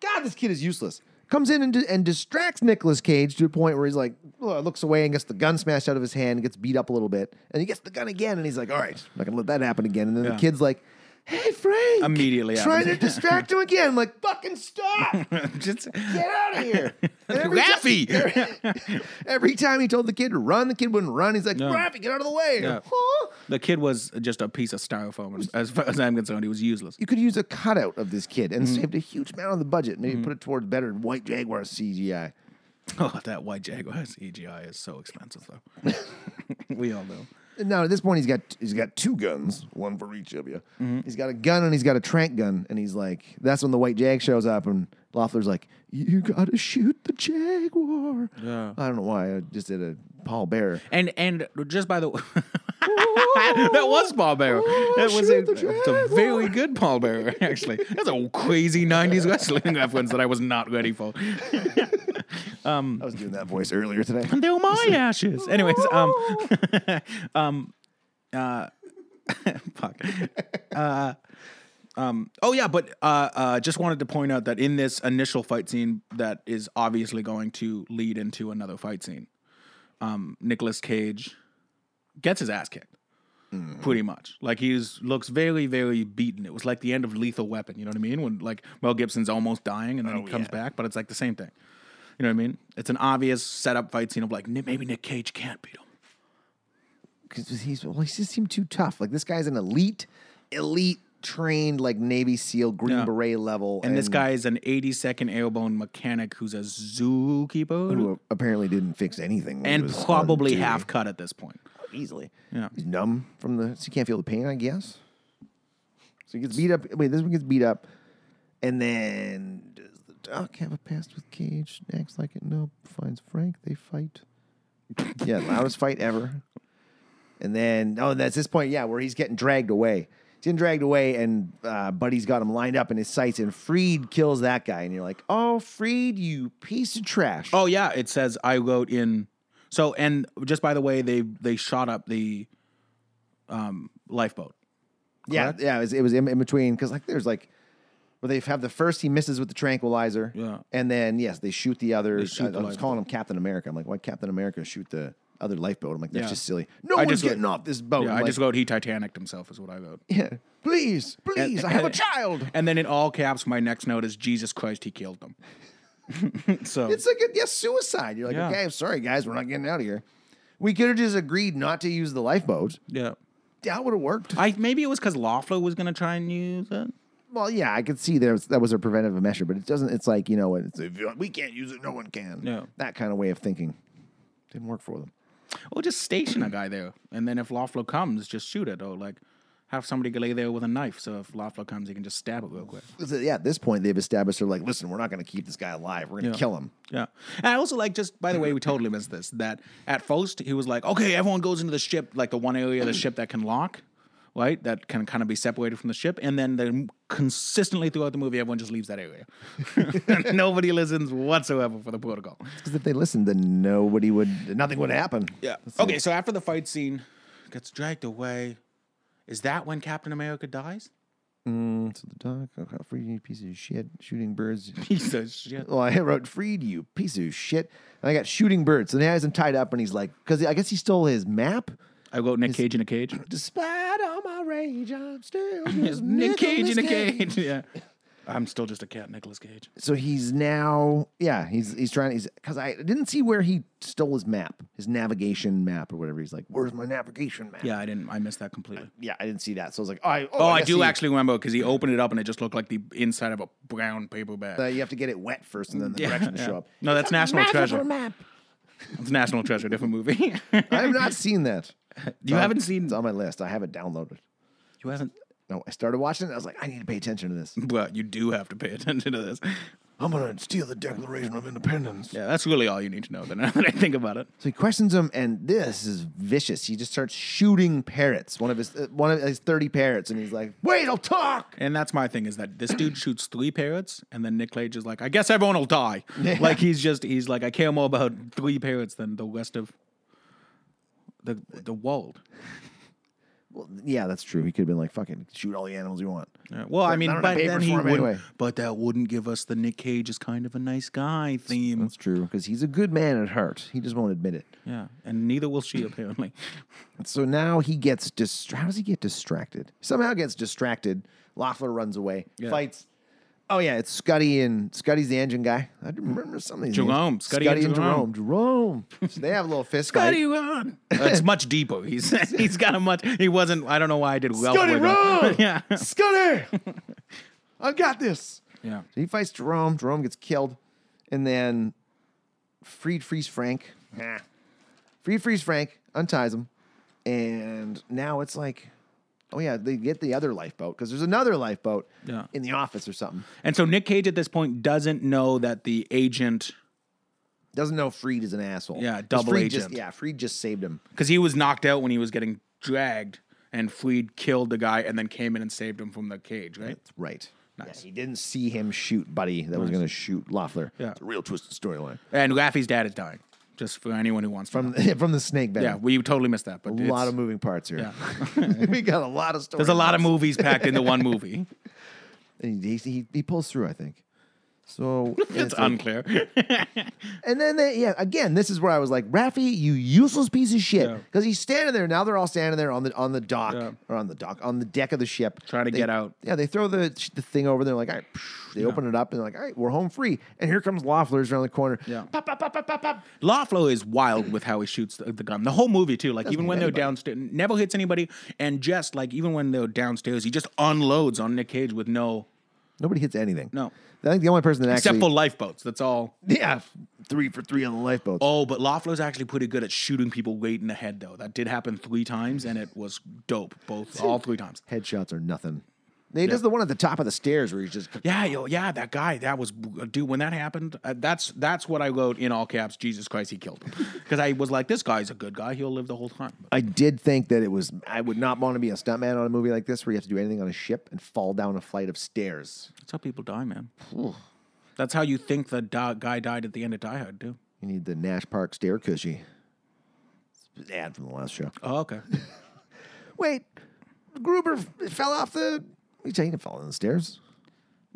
God, this kid is useless. Comes in and, di- and distracts Nicolas Cage to a point where he's like, "Ugh," looks away and gets the gun smashed out of his hand, gets beat up a little bit. And he gets the gun again and he's like, all right, I'm not going to let that happen again. And then
Yeah.
the kid's like, hey, Frank.
Immediately
Trying
happens.
to distract him again. I'm like, fucking stop.
just
Get out of here. And every time-
Raffy.
Every time he told the kid to run, the kid wouldn't run. He's like,
No.
Raffy, get out of the way.
Yeah.
Huh?
the kid was just a piece of styrofoam. As far as I'm concerned, he was useless.
You could use a cutout of this kid and
Mm-hmm.
saved a huge amount on the budget. Maybe put it towards better White Jaguar CGI.
Oh, that white jaguar CGI is so expensive, though. we all know.
Now at this point, he's got he's got two guns, one for each of you.
Mm-hmm.
He's got a gun and he's got a trank gun, and he's like, that's when the white jag shows up, and Loeffler's like, you gotta shoot the jaguar.
Yeah.
I don't know why I just did a Paul Bear.
And and just by the Oh, that was Paul Bearer.
Ooh,
that was a,
shoot the
it's a very good Paul Bearer, actually. That's a crazy '90s wrestling reference that I was not ready for.
I was doing that voice earlier today.
And they're my ashes. Anyways, um, um, uh, fuck. Uh, um, oh yeah, but uh, uh, just wanted to point out that in this initial fight scene, that is obviously going to lead into another fight scene. Um, Nicholas Cage gets his ass kicked, pretty much. Like he's looks very, very beaten. It was like the end of Lethal Weapon. You know what I mean? When like Mel Gibson's almost dying and then he comes back, but it's like the same thing. You know what I mean? It's an obvious setup fight scene of like "Ni- maybe Nick Cage can't beat him.
because he's well, he just seemed too tough. Like this guy's an elite, elite trained like Navy SEAL, Green
Yeah.
Beret level,
And, this guy is an 80 second airborne mechanic who's a zookeeper
who apparently didn't fix anything when he
and
was on
probably
TV.
half cut at this point.
easily.
Yeah.
he's numb from the so he can't feel the pain, I guess. So he gets beat up. Wait, this one gets beat up, and then does the doc have a past with Cage? Acts like it. Nope. Finds Frank. They fight. yeah, loudest fight ever. And then, oh, that's this point, yeah, where he's getting dragged away. He's getting dragged away, and uh, Buddy's got him lined up in his sights, and Freed kills that guy. And you're like, oh, Freed, you piece of trash.
Oh yeah, it says I wrote in. So and just by the way, they they shot up the um, lifeboat.
yeah, yeah, it was, it was in, in between because, like, there's like where they have the first he misses with the tranquilizer,
Yeah.
and then, yes, they shoot the other.
shoot
I,
the
I was calling him Captain America. I'm like, why Captain America shoot the other lifeboat? I'm like, that's
Yeah.
just silly. No
I
one's
just wrote-
getting off this boat.
yeah,
I'm
I
Oh, like,
just wrote he Titanic himself is what I wrote.
yeah, please, please, I have a child.
And then in all caps, my next note is Jesus Christ, he killed them. so
It's like a yeah, suicide. You're like,
Yeah.
okay, I'm sorry, guys, we're not getting out of here. We could have just agreed not to use the lifeboat.
yeah.
That would have worked.
I maybe it was because Loeffler was gonna try and use it.
well, yeah, I could see there was, that was a preventive measure, but it doesn't. It's like you know, it's, if you- we can't use it, no one can.
Yeah.
that kind of way of thinking didn't work for them.
Or just station a guy there, and then if Loeffler comes, just shoot it, or like have somebody go lay there with a knife. So if Loeffler comes, he can just stab it real quick.
'Cause, uh, yeah, at this point they've established they're like, listen, we're not going to keep this guy alive. We're going to
Yeah.
kill him.
Yeah, and I also like just by the way, we totally missed this. That at first he was like, okay, everyone goes into the ship, like the one area of the ship that can lock, right? That can kind of be separated from the ship, and then then consistently throughout the movie, everyone just leaves that area. Nobody listens whatsoever for the protocol.
Because if they listened, then nobody would, nothing would happen.
Yeah. Okay, so after the fight scene gets dragged away, is that when Captain America dies?
Mm, so the doc, okay, free you piece of shit, shooting birds.
Piece of shit.
Well, Oh, I wrote freed you piece of shit. And I got shooting birds. So now he's tied up, and he's like, because I guess he stole his map.
I wrote Nick Cage in a cage.
Despite all my rage, I'm still
Nick Cage in a cage. Yeah. I'm still just a cat, Nicolas Cage.
So he's now, yeah, he's he's trying. He's because I didn't see where he stole his map, his navigation map or whatever. He's like, "Where's my navigation map?"
Yeah, I didn't. I missed that completely.
yeah, I didn't see that. So I was like, "Oh, I, oh,
Oh, I
guess
do
he-
actually remember because he opened it up and it just looked like the inside of a brown paper bag.
Uh, you have to get it wet first, and then the directions show up.
No, that's National Treasure.
map.
It's National Treasure, different movie.
I have not seen that.
you
Uh,
haven't seen?
It's on my list. I haven't downloaded.
You haven't?
No, I started watching it. I was like, I need to pay attention to this.
Well, you do have to pay attention to this.
I'm gonna steal the Declaration of Independence.
Yeah, that's really all you need to know. Then now that I think about it,
So he questions him, and this is vicious. He just starts shooting parrots. One of his uh, one of his thirty parrots, and he's like, "Wait, I'll talk."
and that's my thing is that this dude shoots three parrots, and then Nick Cage is like, "I guess everyone will die." Like he's just he's like, "I care more about three parrots than the rest of the the world."
Well, yeah, that's true. He could have been like, "Fucking shoot all the animals you want."
Yeah, Well, I mean,
not in a
but
paper
then he
form
would,
anyway.
but that wouldn't give us the Nick Cage is kind of a nice guy theme.
That's true because he's a good man at heart. He just won't admit it.
Yeah, and neither will she apparently.
So now he gets dist- How does he get distracted? Somehow gets distracted. Loeffler runs away, fights. Oh yeah, it's Scuddy and Scuddy's the engine guy. I do remember something.
Jerome, Scuddy and
Jerome. Jerome. So they have a little fist fight.
run! It's much deeper. He's he's got a much. He wasn't. I don't know why I did well.
Scotty,
with that.
run!
yeah,
Scuddy, I got this.
yeah.
So he fights Jerome. Jerome gets killed, and then Freed frees Frank. Nah. Freed frees Frank, unties him, and now it's like, oh yeah, they get the other lifeboat because there's another lifeboat
Yeah.
in the office or something.
And so Nick Cage at this point doesn't know that the agent
Doesn't know Freed is an asshole.
Yeah,
'Cause
double
Freed Just,
agent.
yeah, Freed just saved him.
because he was knocked out when he was getting dragged, and Fleed killed the guy, and then came in and saved him from the cage. Right?
That's right. Nice. he didn't see him shoot Buddy that was going to shoot Loeffler.
Yeah.
It's a real twisted storyline
And Laffy's dad is dying. Just for anyone who wants to
from
know.
from the snake venom.
Yeah, we totally missed that. But
a lot of moving parts here. we got a lot of stories.
There's a lot of movies packed into one movie.
And he, he, he pulls through, I think. So and
It's
like-
unclear.
and then they, yeah, again, this is where I was like, Rafi, you useless piece of shit,
Yeah.
because he's standing there. Now they're all standing there on the on the dock
Yeah.
or on the dock on the deck of the ship,
Trying to
They-
get out.
Yeah, they throw the the thing over there, like, all right, psh, they open it up and they're like, all right, we're home free. And here comes Loeffler's around the corner.
Yeah. Laflo is wild with how he shoots the, the gun. The whole movie too. Like even when they're downstairs, never hits anybody, and just like even when they're downstairs, he just unloads on Nick Cage with no,
Nobody hits anything.
No.
I think the only person that
except
actually,
for lifeboats. That's all.
yeah, three for three on the lifeboats.
Oh, but Laflo's actually pretty good at shooting people right in the head though. That did happen three times, and it was dope. Both all three times.
Headshots are nothing. He does the one at the top of the stairs where he's just
Yeah, yo, yeah, that guy, that was dude. When that happened, uh, that's that's what I wrote in all caps. Jesus Christ, he killed him because I was like, this guy's a good guy. He'll live the whole time.
I did think that it was. I would not want to be a stuntman on a movie like this where you have to do anything on a ship and fall down a flight of stairs.
That's how people die, man. That's how you think the da- guy died at the end of Die Hard, too.
You need the Nash Park stair cushy. It's an ad from the last show.
Oh, okay.
Wait, Gruber f- fell off the. He didn't fall down the stairs.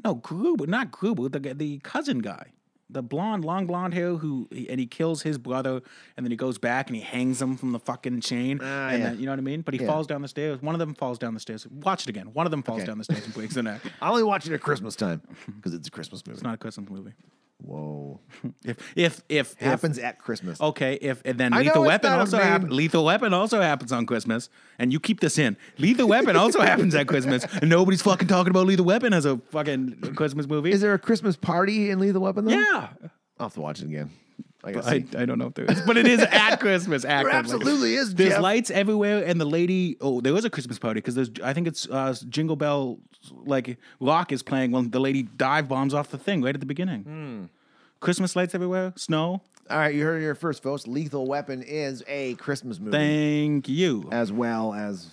no, Gruber, not Gruber, the g- the cousin guy, the blonde, long blonde hair who, he- and he kills his brother, and then he goes back and he hangs him from the fucking chain, and
Ah, yeah.
then, you know what I mean. But he falls down the stairs. One of them falls down the stairs. Watch it again. One of them falls down the stairs and breaks their neck.
I only watch it at Christmas time because it's a Christmas movie.
It's not a Christmas movie.
Whoa,
If if if, if
happens at Christmas.
Okay, if and then
I know
Lethal
it's
Weapon
not a
also happens.
main-
Lethal Weapon also happens on Christmas, and you keep this in. Lethal Weapon also happens at Christmas, and nobody's fucking talking about Lethal Weapon as a fucking Christmas movie.
Is there a Christmas party in Lethal Weapon? Though?
yeah,
I'll have to watch it again. I guess
I, I don't know if there is, but it is at Christmas. At
There
Christmas.
absolutely is,
There's
Jeff.
lights everywhere, and the lady. Oh, there was a Christmas party because there's. I think it's uh, Jingle Bell like rock is playing when the lady dive bombs off the thing right at the beginning.
Hmm.
Christmas lights everywhere, snow.
All right, you heard your first, folks. Lethal Weapon is a Christmas movie.
Thank you.
as well as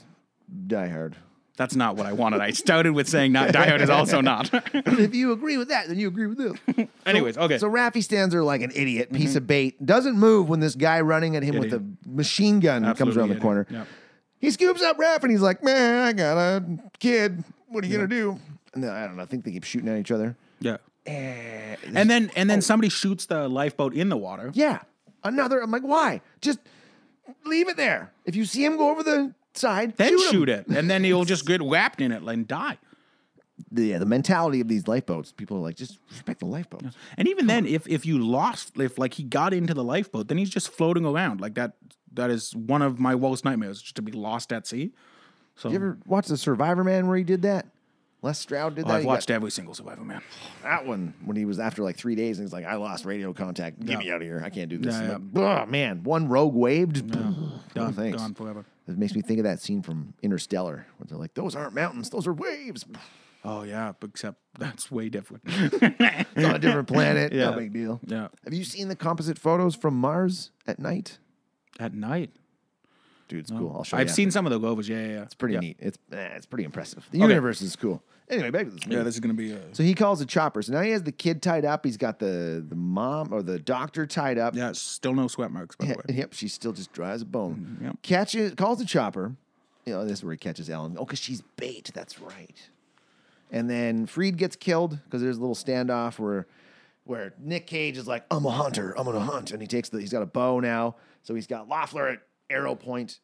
Die Hard.
That's not what I wanted. I started with saying not Die Hard is also not.
if you agree with that, then you agree with this.
Anyways, okay. Mm-hmm.
So Raffy stands there like an idiot, piece of bait, doesn't move when this guy running at him with
Idiot.
a machine gun comes
Absolutely
around the
idiot.
corner.
Yep.
He scoops up Raff and he's like, "Man, I got a kid. What are you gonna do?" And then, I don't know. I think they keep shooting at each other.
yeah.
Eh,
and then and
oh.
then somebody shoots the lifeboat in the water.
Yeah, another. I'm like, why? Just leave it there. If you see him go over the side,
Then
shoot,
shoot,
him.
it, and then he'll just get wrapped in it and die.
the, yeah, the mentality of these lifeboats. People are like, just respect the lifeboats.
And even then, if if you lost, if like he got into the lifeboat, then he's just floating around like that. That is one of my worst nightmares, just to be lost at sea. So
You ever watch the Survivor Man where he did that? Les Stroud did
Oh,
that.
I've
He
watched
got
every single Survivor Man.
that one when he was after like three days and he's like, I lost radio contact. Get
Yeah.
me out of here. I can't do this.
Yeah,
I'm like, "Ugh, man, one rogue wave. Just,
Done,
Oh, thanks.
gone forever.
It makes me think of that scene from Interstellar where they're like, those aren't mountains, those are waves.
Oh yeah, except that's way different.
It's on a different planet.
Yeah.
No big deal.
yeah,
Have you seen the composite photos from Mars at night?
at night.
Dude, it's cool. I'll show you.
I've
after.
seen some of the Govers. Yeah, yeah, yeah.
It's pretty
yeah.
neat. It's eh, it's pretty impressive. The universe is cool. Anyway, back to this.
Yeah,
movie.
this is gonna be. A,
So he calls a chopper. So now he has the kid tied up. He's got the the mom or the doctor tied up.
yeah, still no sweat marks by the way.
Yep, she still just dry as a bone.
Mm-hmm, yep.
Catches, calls the chopper. You know, this is where he catches Ellen. Oh, because she's bait. That's right. And then Freed gets killed because there's a little standoff where where Nick Cage is like, I'm a hunter. I'm gonna hunt. And he takes the he's got a bow now. So he's got Loeffler at arrow point.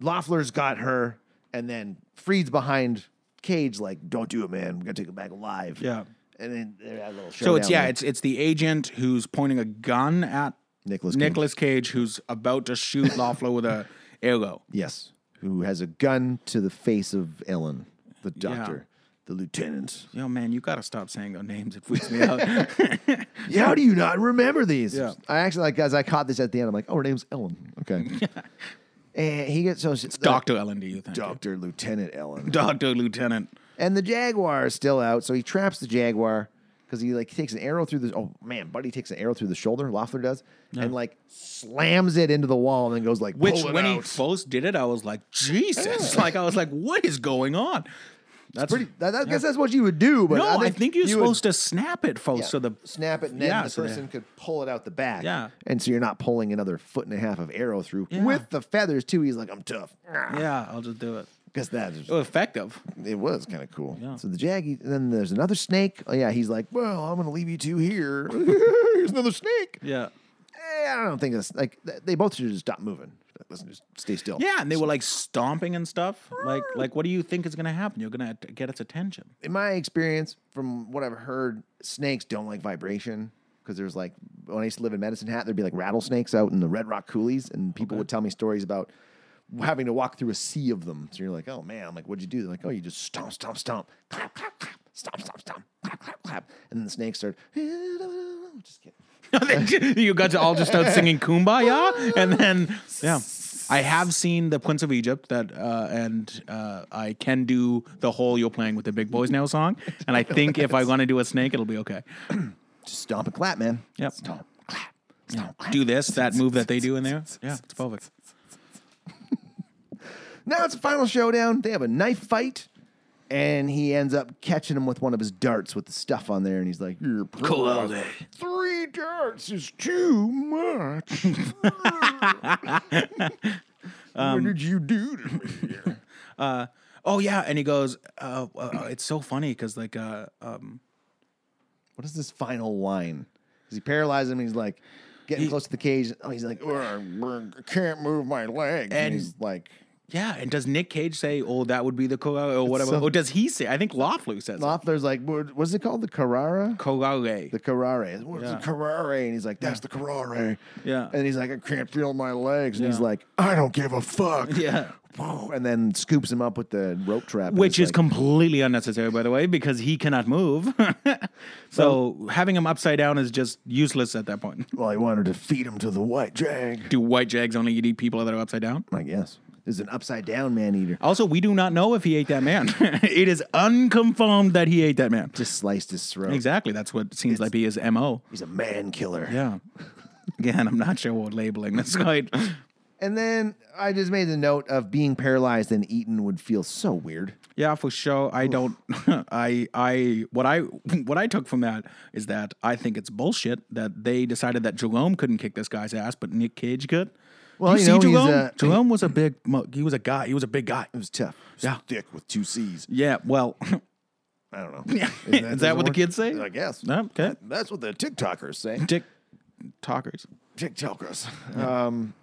Loeffler's got her, and then Freed's behind Cage, like, don't do it, man. We're gonna take him back alive.
Yeah.
And then they had a little
So it's
showdown
yeah,
there.
it's it's the agent who's pointing a gun at
Nicolas Cage.
Nicholas Cage, who's about to shoot Loeffler with a arrow.
Yes. Who has a gun to the face of Ellen, the doctor, the lieutenant.
Yo, man, you gotta stop saying their names. It freaks me out.
Yeah, how do you not remember these?
Yeah.
I actually like as I caught this at the end, I'm like, oh, her name's Ellen. Okay. and he gets so it's
Doctor Ellen, do you think?
Doctor Lieutenant Ellen.
Doctor Lieutenant.
And the Jaguar is still out, so he traps the Jaguar because he like takes an arrow through the oh man, Buddy takes an arrow through the shoulder, Loeffler does, and like slams it into the wall and then goes like
Which
pull it
when he
out.
first did it, I was like, Jesus! Like I was like, what is going on? That's
pretty I, I guess that's what you would do, but
no.
I
I
think,
think, you're
you would-
supposed to snap it first,
Yeah.
Oh, so the
snap it, and then
Yeah,
the
so they-
person could pull it out the back.
Yeah.
and so you're not pulling another foot and a half of arrow through
Yeah.
with the feathers too. He's like, I'm tough. Yeah,
yeah, I'll just do it.
because that
Oh, effective.
it was kind of cool. So the jaggy, then there's another snake. Oh yeah, he's like, well, I'm gonna leave you two here. Here's another snake.
Yeah.
Eh, I don't think that's like th- they both should just stop moving. Listen, just stay still.
Yeah, and they were like stomping and stuff. Like, like, what do you think is gonna happen? You're gonna t- get its attention.
in my experience, from what I've heard, snakes don't like vibration because there's like when I used to live in Medicine Hat, there'd be like rattlesnakes out in the Red Rock coolies, and people would tell me stories about having to walk through a sea of them. So you're like, oh man, I'm like, what'd you do? They're like, oh, you just stomp, stomp, stomp, clap, clap, clap, stomp, stomp, stomp, clap, clap, clap, and then the snakes start. Just kidding.
you guys all just start singing "Kumbaya," and then yeah, I have seen the Prince of Egypt that, uh, and uh, I can do the whole "You're Playing with the Big Boys Now" song. And I think if I want to do a snake, it'll be okay.
Just stomp and clap, man.
Yep.
Stomp, clap, stomp, clap.
Do this, that move that they do in there. Yeah, it's perfect.
Now it's a final showdown. They have a knife fight, and he ends up catching him with one of his darts with the stuff on there, and he's like, "You're cool. Three darts is too much. what did you do to me?
Oh yeah, and he goes, uh, uh, "It's so funny because like, uh, um,
What is this final line? Because he paralyzes him, and he's like getting close to the cage. Oh, he's like, "Ugh, I can't move my legs, and,
And-
he's like,
yeah." And does Nick Cage say, "Oh, that would be the Korale," or whatever?
so-
or does he say? I think Loflu says it.
Loeffler's like, what was it called? The Carrara.
Korale.
the Carrare. What's
Yeah.
the Carrare? And he's like, that's the Carrare.
Yeah.
And he's like, I can't feel my legs. And he's
Yeah.
like, I don't give a fuck.
Yeah.
Whoa. And then scoops him up with the rope trap. and
Which
it's
is
like,
completely unnecessary, by the way, because he cannot move. so having him upside down is just useless at that point.
well, I wanted to feed him to the white jag.
Do white jags only eat people that are upside down?
I guess. This is an upside down man eater.
Also, we do not know if he ate that man. it is unconfirmed that he ate that man.
Just sliced his throat.
Exactly. That's what seems like be his MO.
He's a man killer.
Yeah. Again, I'm not sure what labeling this right.
And then I just made the note of being paralyzed and eaten would feel so weird.
Yeah, for sure. I don't. I I what I what I took from that is that I think it's bullshit that they decided that Jerome couldn't kick this guy's ass, but Nick Cage could.
Well, you
see
know, he's,
Jerome.
uh,
Jerome was a big. mo- He was a guy. He was a big guy.
It was tough.
Yeah.
Thick with two C's.
Yeah. Well,
I don't know. Isn't
is that what the
doesn't
kids say?
work? I guess.
No, okay.
That's what the TikTokers say.
Dick talkers.
Tiktokers. Um,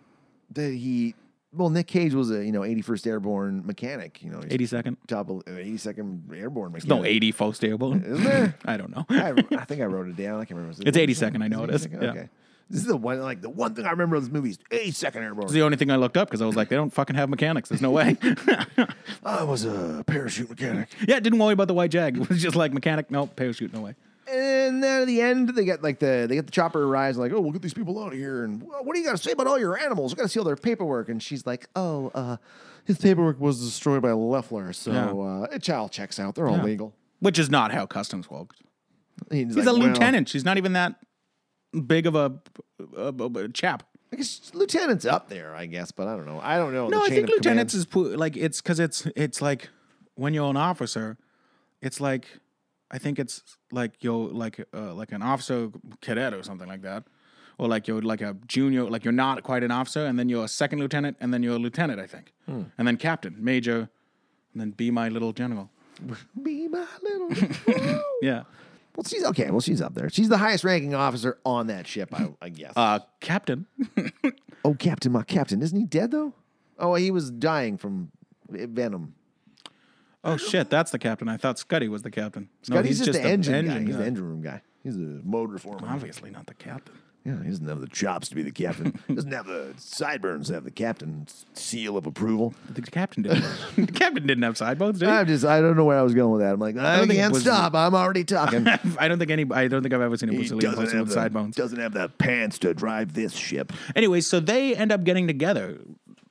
that he well, Nick Cage was a you know 81st Airborne mechanic. You know, he's
82nd.
top of- uh, 82nd Airborne mechanic.
No, 80 Faust Airborne.
Isn't there?
I don't know.
I, I think I wrote it down. I can't remember. Is it
It's 82nd, I know it is,
82nd?
yeah.
Okay. This is the one like the one thing I remember of this movie is 82nd Airborne.
It's the only thing I looked up because I was like, they don't fucking have mechanics. There's no way.
I was a parachute mechanic.
yeah, didn't worry about the white jag. It was just like mechanic. No parachute. No way.
And then at the end, they get like the they get the chopper arrives like, oh, we'll get these people out of here. And "Well, what do you got to say about all your animals? We got to see all their paperwork. And she's like, oh, uh, his paperwork was destroyed by Leffler, so
Yeah.
uh, a child checks out. They're all legal.
Which is not how customs works.
He's,
He's
like,
a
"Well,
lieutenant. She's not even that big of a, a, a- a chap.
I guess lieutenant's up there, I guess, but I don't know. I don't know.
No,
the
I
chain
think
of command.
lieutenants is pu- like it's because it's it's like when you're an officer, it's like I think it's like you're like uh, like an officer cadet or something like that, or like you're like a junior, like you're not quite an officer, and then you're a second lieutenant, and then you're a lieutenant, I think,
Hmm.
and then captain, major, and then be my little general.
Be my little.
Yeah,
well, she's okay. Well, she's up there. She's the highest ranking officer on that ship, I, I guess.
uh, captain.
oh, Captain, my Captain. Isn't he dead, though? Oh, he was dying from venom.
oh shit, that's the captain. I thought Scuddy was the captain.
God, he's, just, the engine, guy. He's the engine room guy. He's a motor foreman.
Obviously not the captain.
Yeah, he doesn't have the chops to be the captain. doesn't have the sideburns to have the captain's seal of approval.
The captain didn't. the captain didn't have sideburns, did he?
I just I don't know where I was going with that. I'm like, I,
don't think it
can't
was-
stop. I'm already talking.
I don't think any. I don't think I've ever seen a
He
Brazilian person with
the,
sideburns.
doesn't have the pants to drive this ship.
Anyway, so they end up getting together,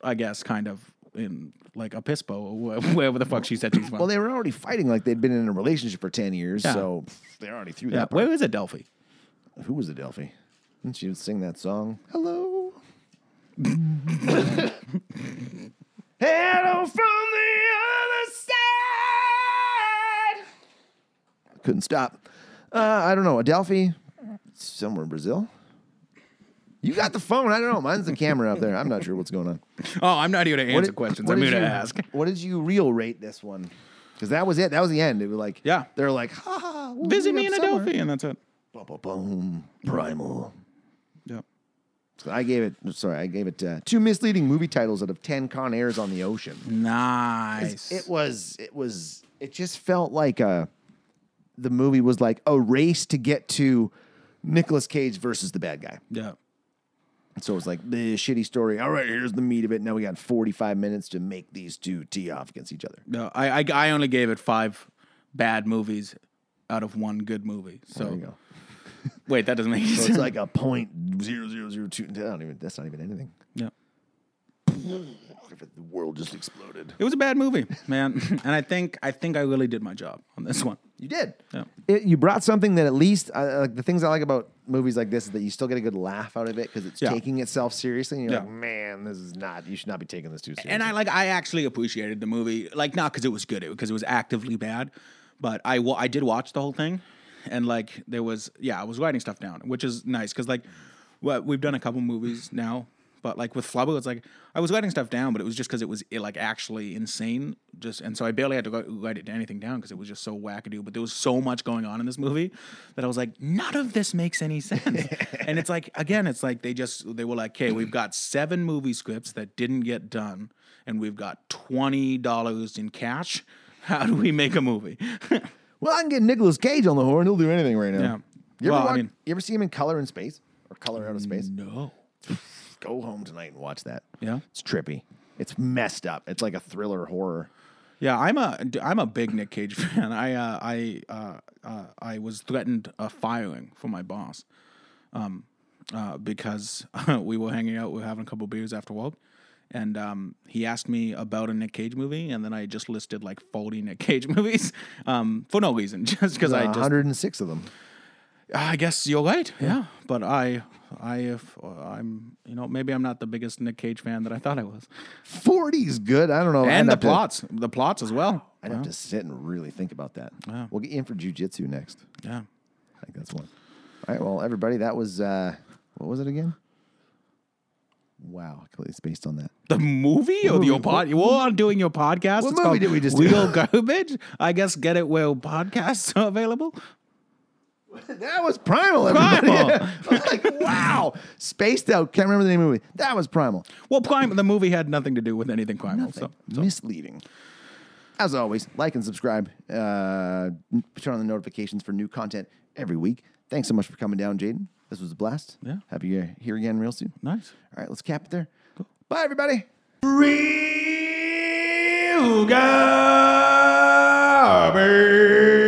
I guess, kind of in like a pispo or wh- wherever the fuck she said she's from.
Well, they were already fighting like they'd been in a relationship for ten years,
Yeah.
so they're already through
yeah.
that. Part.
Where is Adelphi?
Who was Adelphi? Didn't she sing that song? Hello.
Hello from the other side.
couldn't stop. Uh, I don't know, Adelphi, somewhere in Brazil. You got the phone. I don't know. Mine's the camera up there. I'm not sure what's going on.
Oh, I'm not here to answer
did-
questions.
what
I'm
did
here to
you-
ask.
What did you real rate this one? Because that was it. That was the end. It was like,
Yeah.
they're like, ha ha. We'll
Visit
meet
me in
up somewhere.
Adelphi, and that's it.
Bum, bum, bum. primal.
Yeah.
So I gave it. Sorry, I gave it uh, two misleading movie titles out of ten Con Airs on the ocean.
Nice.
It was. It was. It just felt like a. The movie was like a race to get to Nicolas Cage versus the bad guy.
yeah.
So it was like the shitty story. All right, here's the meat of it. Now we got 45 minutes to make these two tee off against each other.
No, I, I I only gave it five bad movies out of one good movie. So
There you go.
wait, that doesn't make
So
sense.
it's like a point zero zero zero two. I don't even. That's not even anything.
yeah.
The world just exploded.
It was a bad movie, man. and I think I think I really did my job on this one.
You did.
Yeah.
It, you brought something that at least uh, like the things I like about movies like this is that you still get a good laugh out of it because it's
Yeah.
taking itself seriously. And you're
Yeah.
like, man, this is not. You should not be taking this too seriously.
And I like I actually appreciated the movie, like not because it was good, because it was actively bad, but I wa- I did watch the whole thing, and like there was yeah I was writing stuff down, which is nice because like well, we've done a couple movies now, but like with Flubber, it's like I was writing stuff down, but it was just because it was it, like actually insane, just and so I barely had to go- write it anything down because it was just so wackadoo. But there was so much going on in this movie that I was like, none of this makes any sense. and it's like again, it's like they just they were like, okay, we've got seven movie scripts that didn't get done, and we've got twenty dollars in cash. How do we make a movie?
well, I can get Nicolas Cage on the horn. He'll do anything right now.
Yeah.
You ever,
Well, I
watch-
mean-
you ever see him in Color in Space or Color Out of Space?
no.
go home tonight and watch that.
Yeah.
It's trippy. It's messed up. It's like a thriller horror.
Yeah, I'm a d- I'm a big Nick Cage fan. I uh, I uh, uh, I was threatened a firing from my boss, um, uh, because we were hanging out, we were having a couple beers after work, and um, he asked me about a Nick Cage movie, and then I just listed like 40 Nick Cage movies, um, for no reason, just because I just
106 of them.
I guess you're right. Yeah, but I I if uh, I'm you know maybe I'm not the biggest Nick Cage fan that I thought I was,
40's good. I don't know. I'd
and the
have to-
plots, the plots as well.
I'd have to sit and really think about that. We'll get you in for jujitsu next.
Yeah.
I think that's one. All right. Well, everybody, that was uh, what was it again? Wow, it's based on that.
The movie or your pod? We're all doing your podcast.
What
It's
movie
called
did we just do?
Real Garbage. I guess get it where podcasts are available.
That was primal. Everybody.
Primal.
I'm like, wow. Spaced out. Can't remember the name of the movie. That was primal.
Well, Primal, the movie had nothing to do with anything Primal. Oh, So,
Misleading. As always, like and subscribe. Uh, turn on the notifications for new content every week. Thanks so much for coming down, Jaden. This was a blast.
Yeah.
Happy you're here again real soon.
nice.
All right, let's cap it there. Bye, everybody.
Real garbage.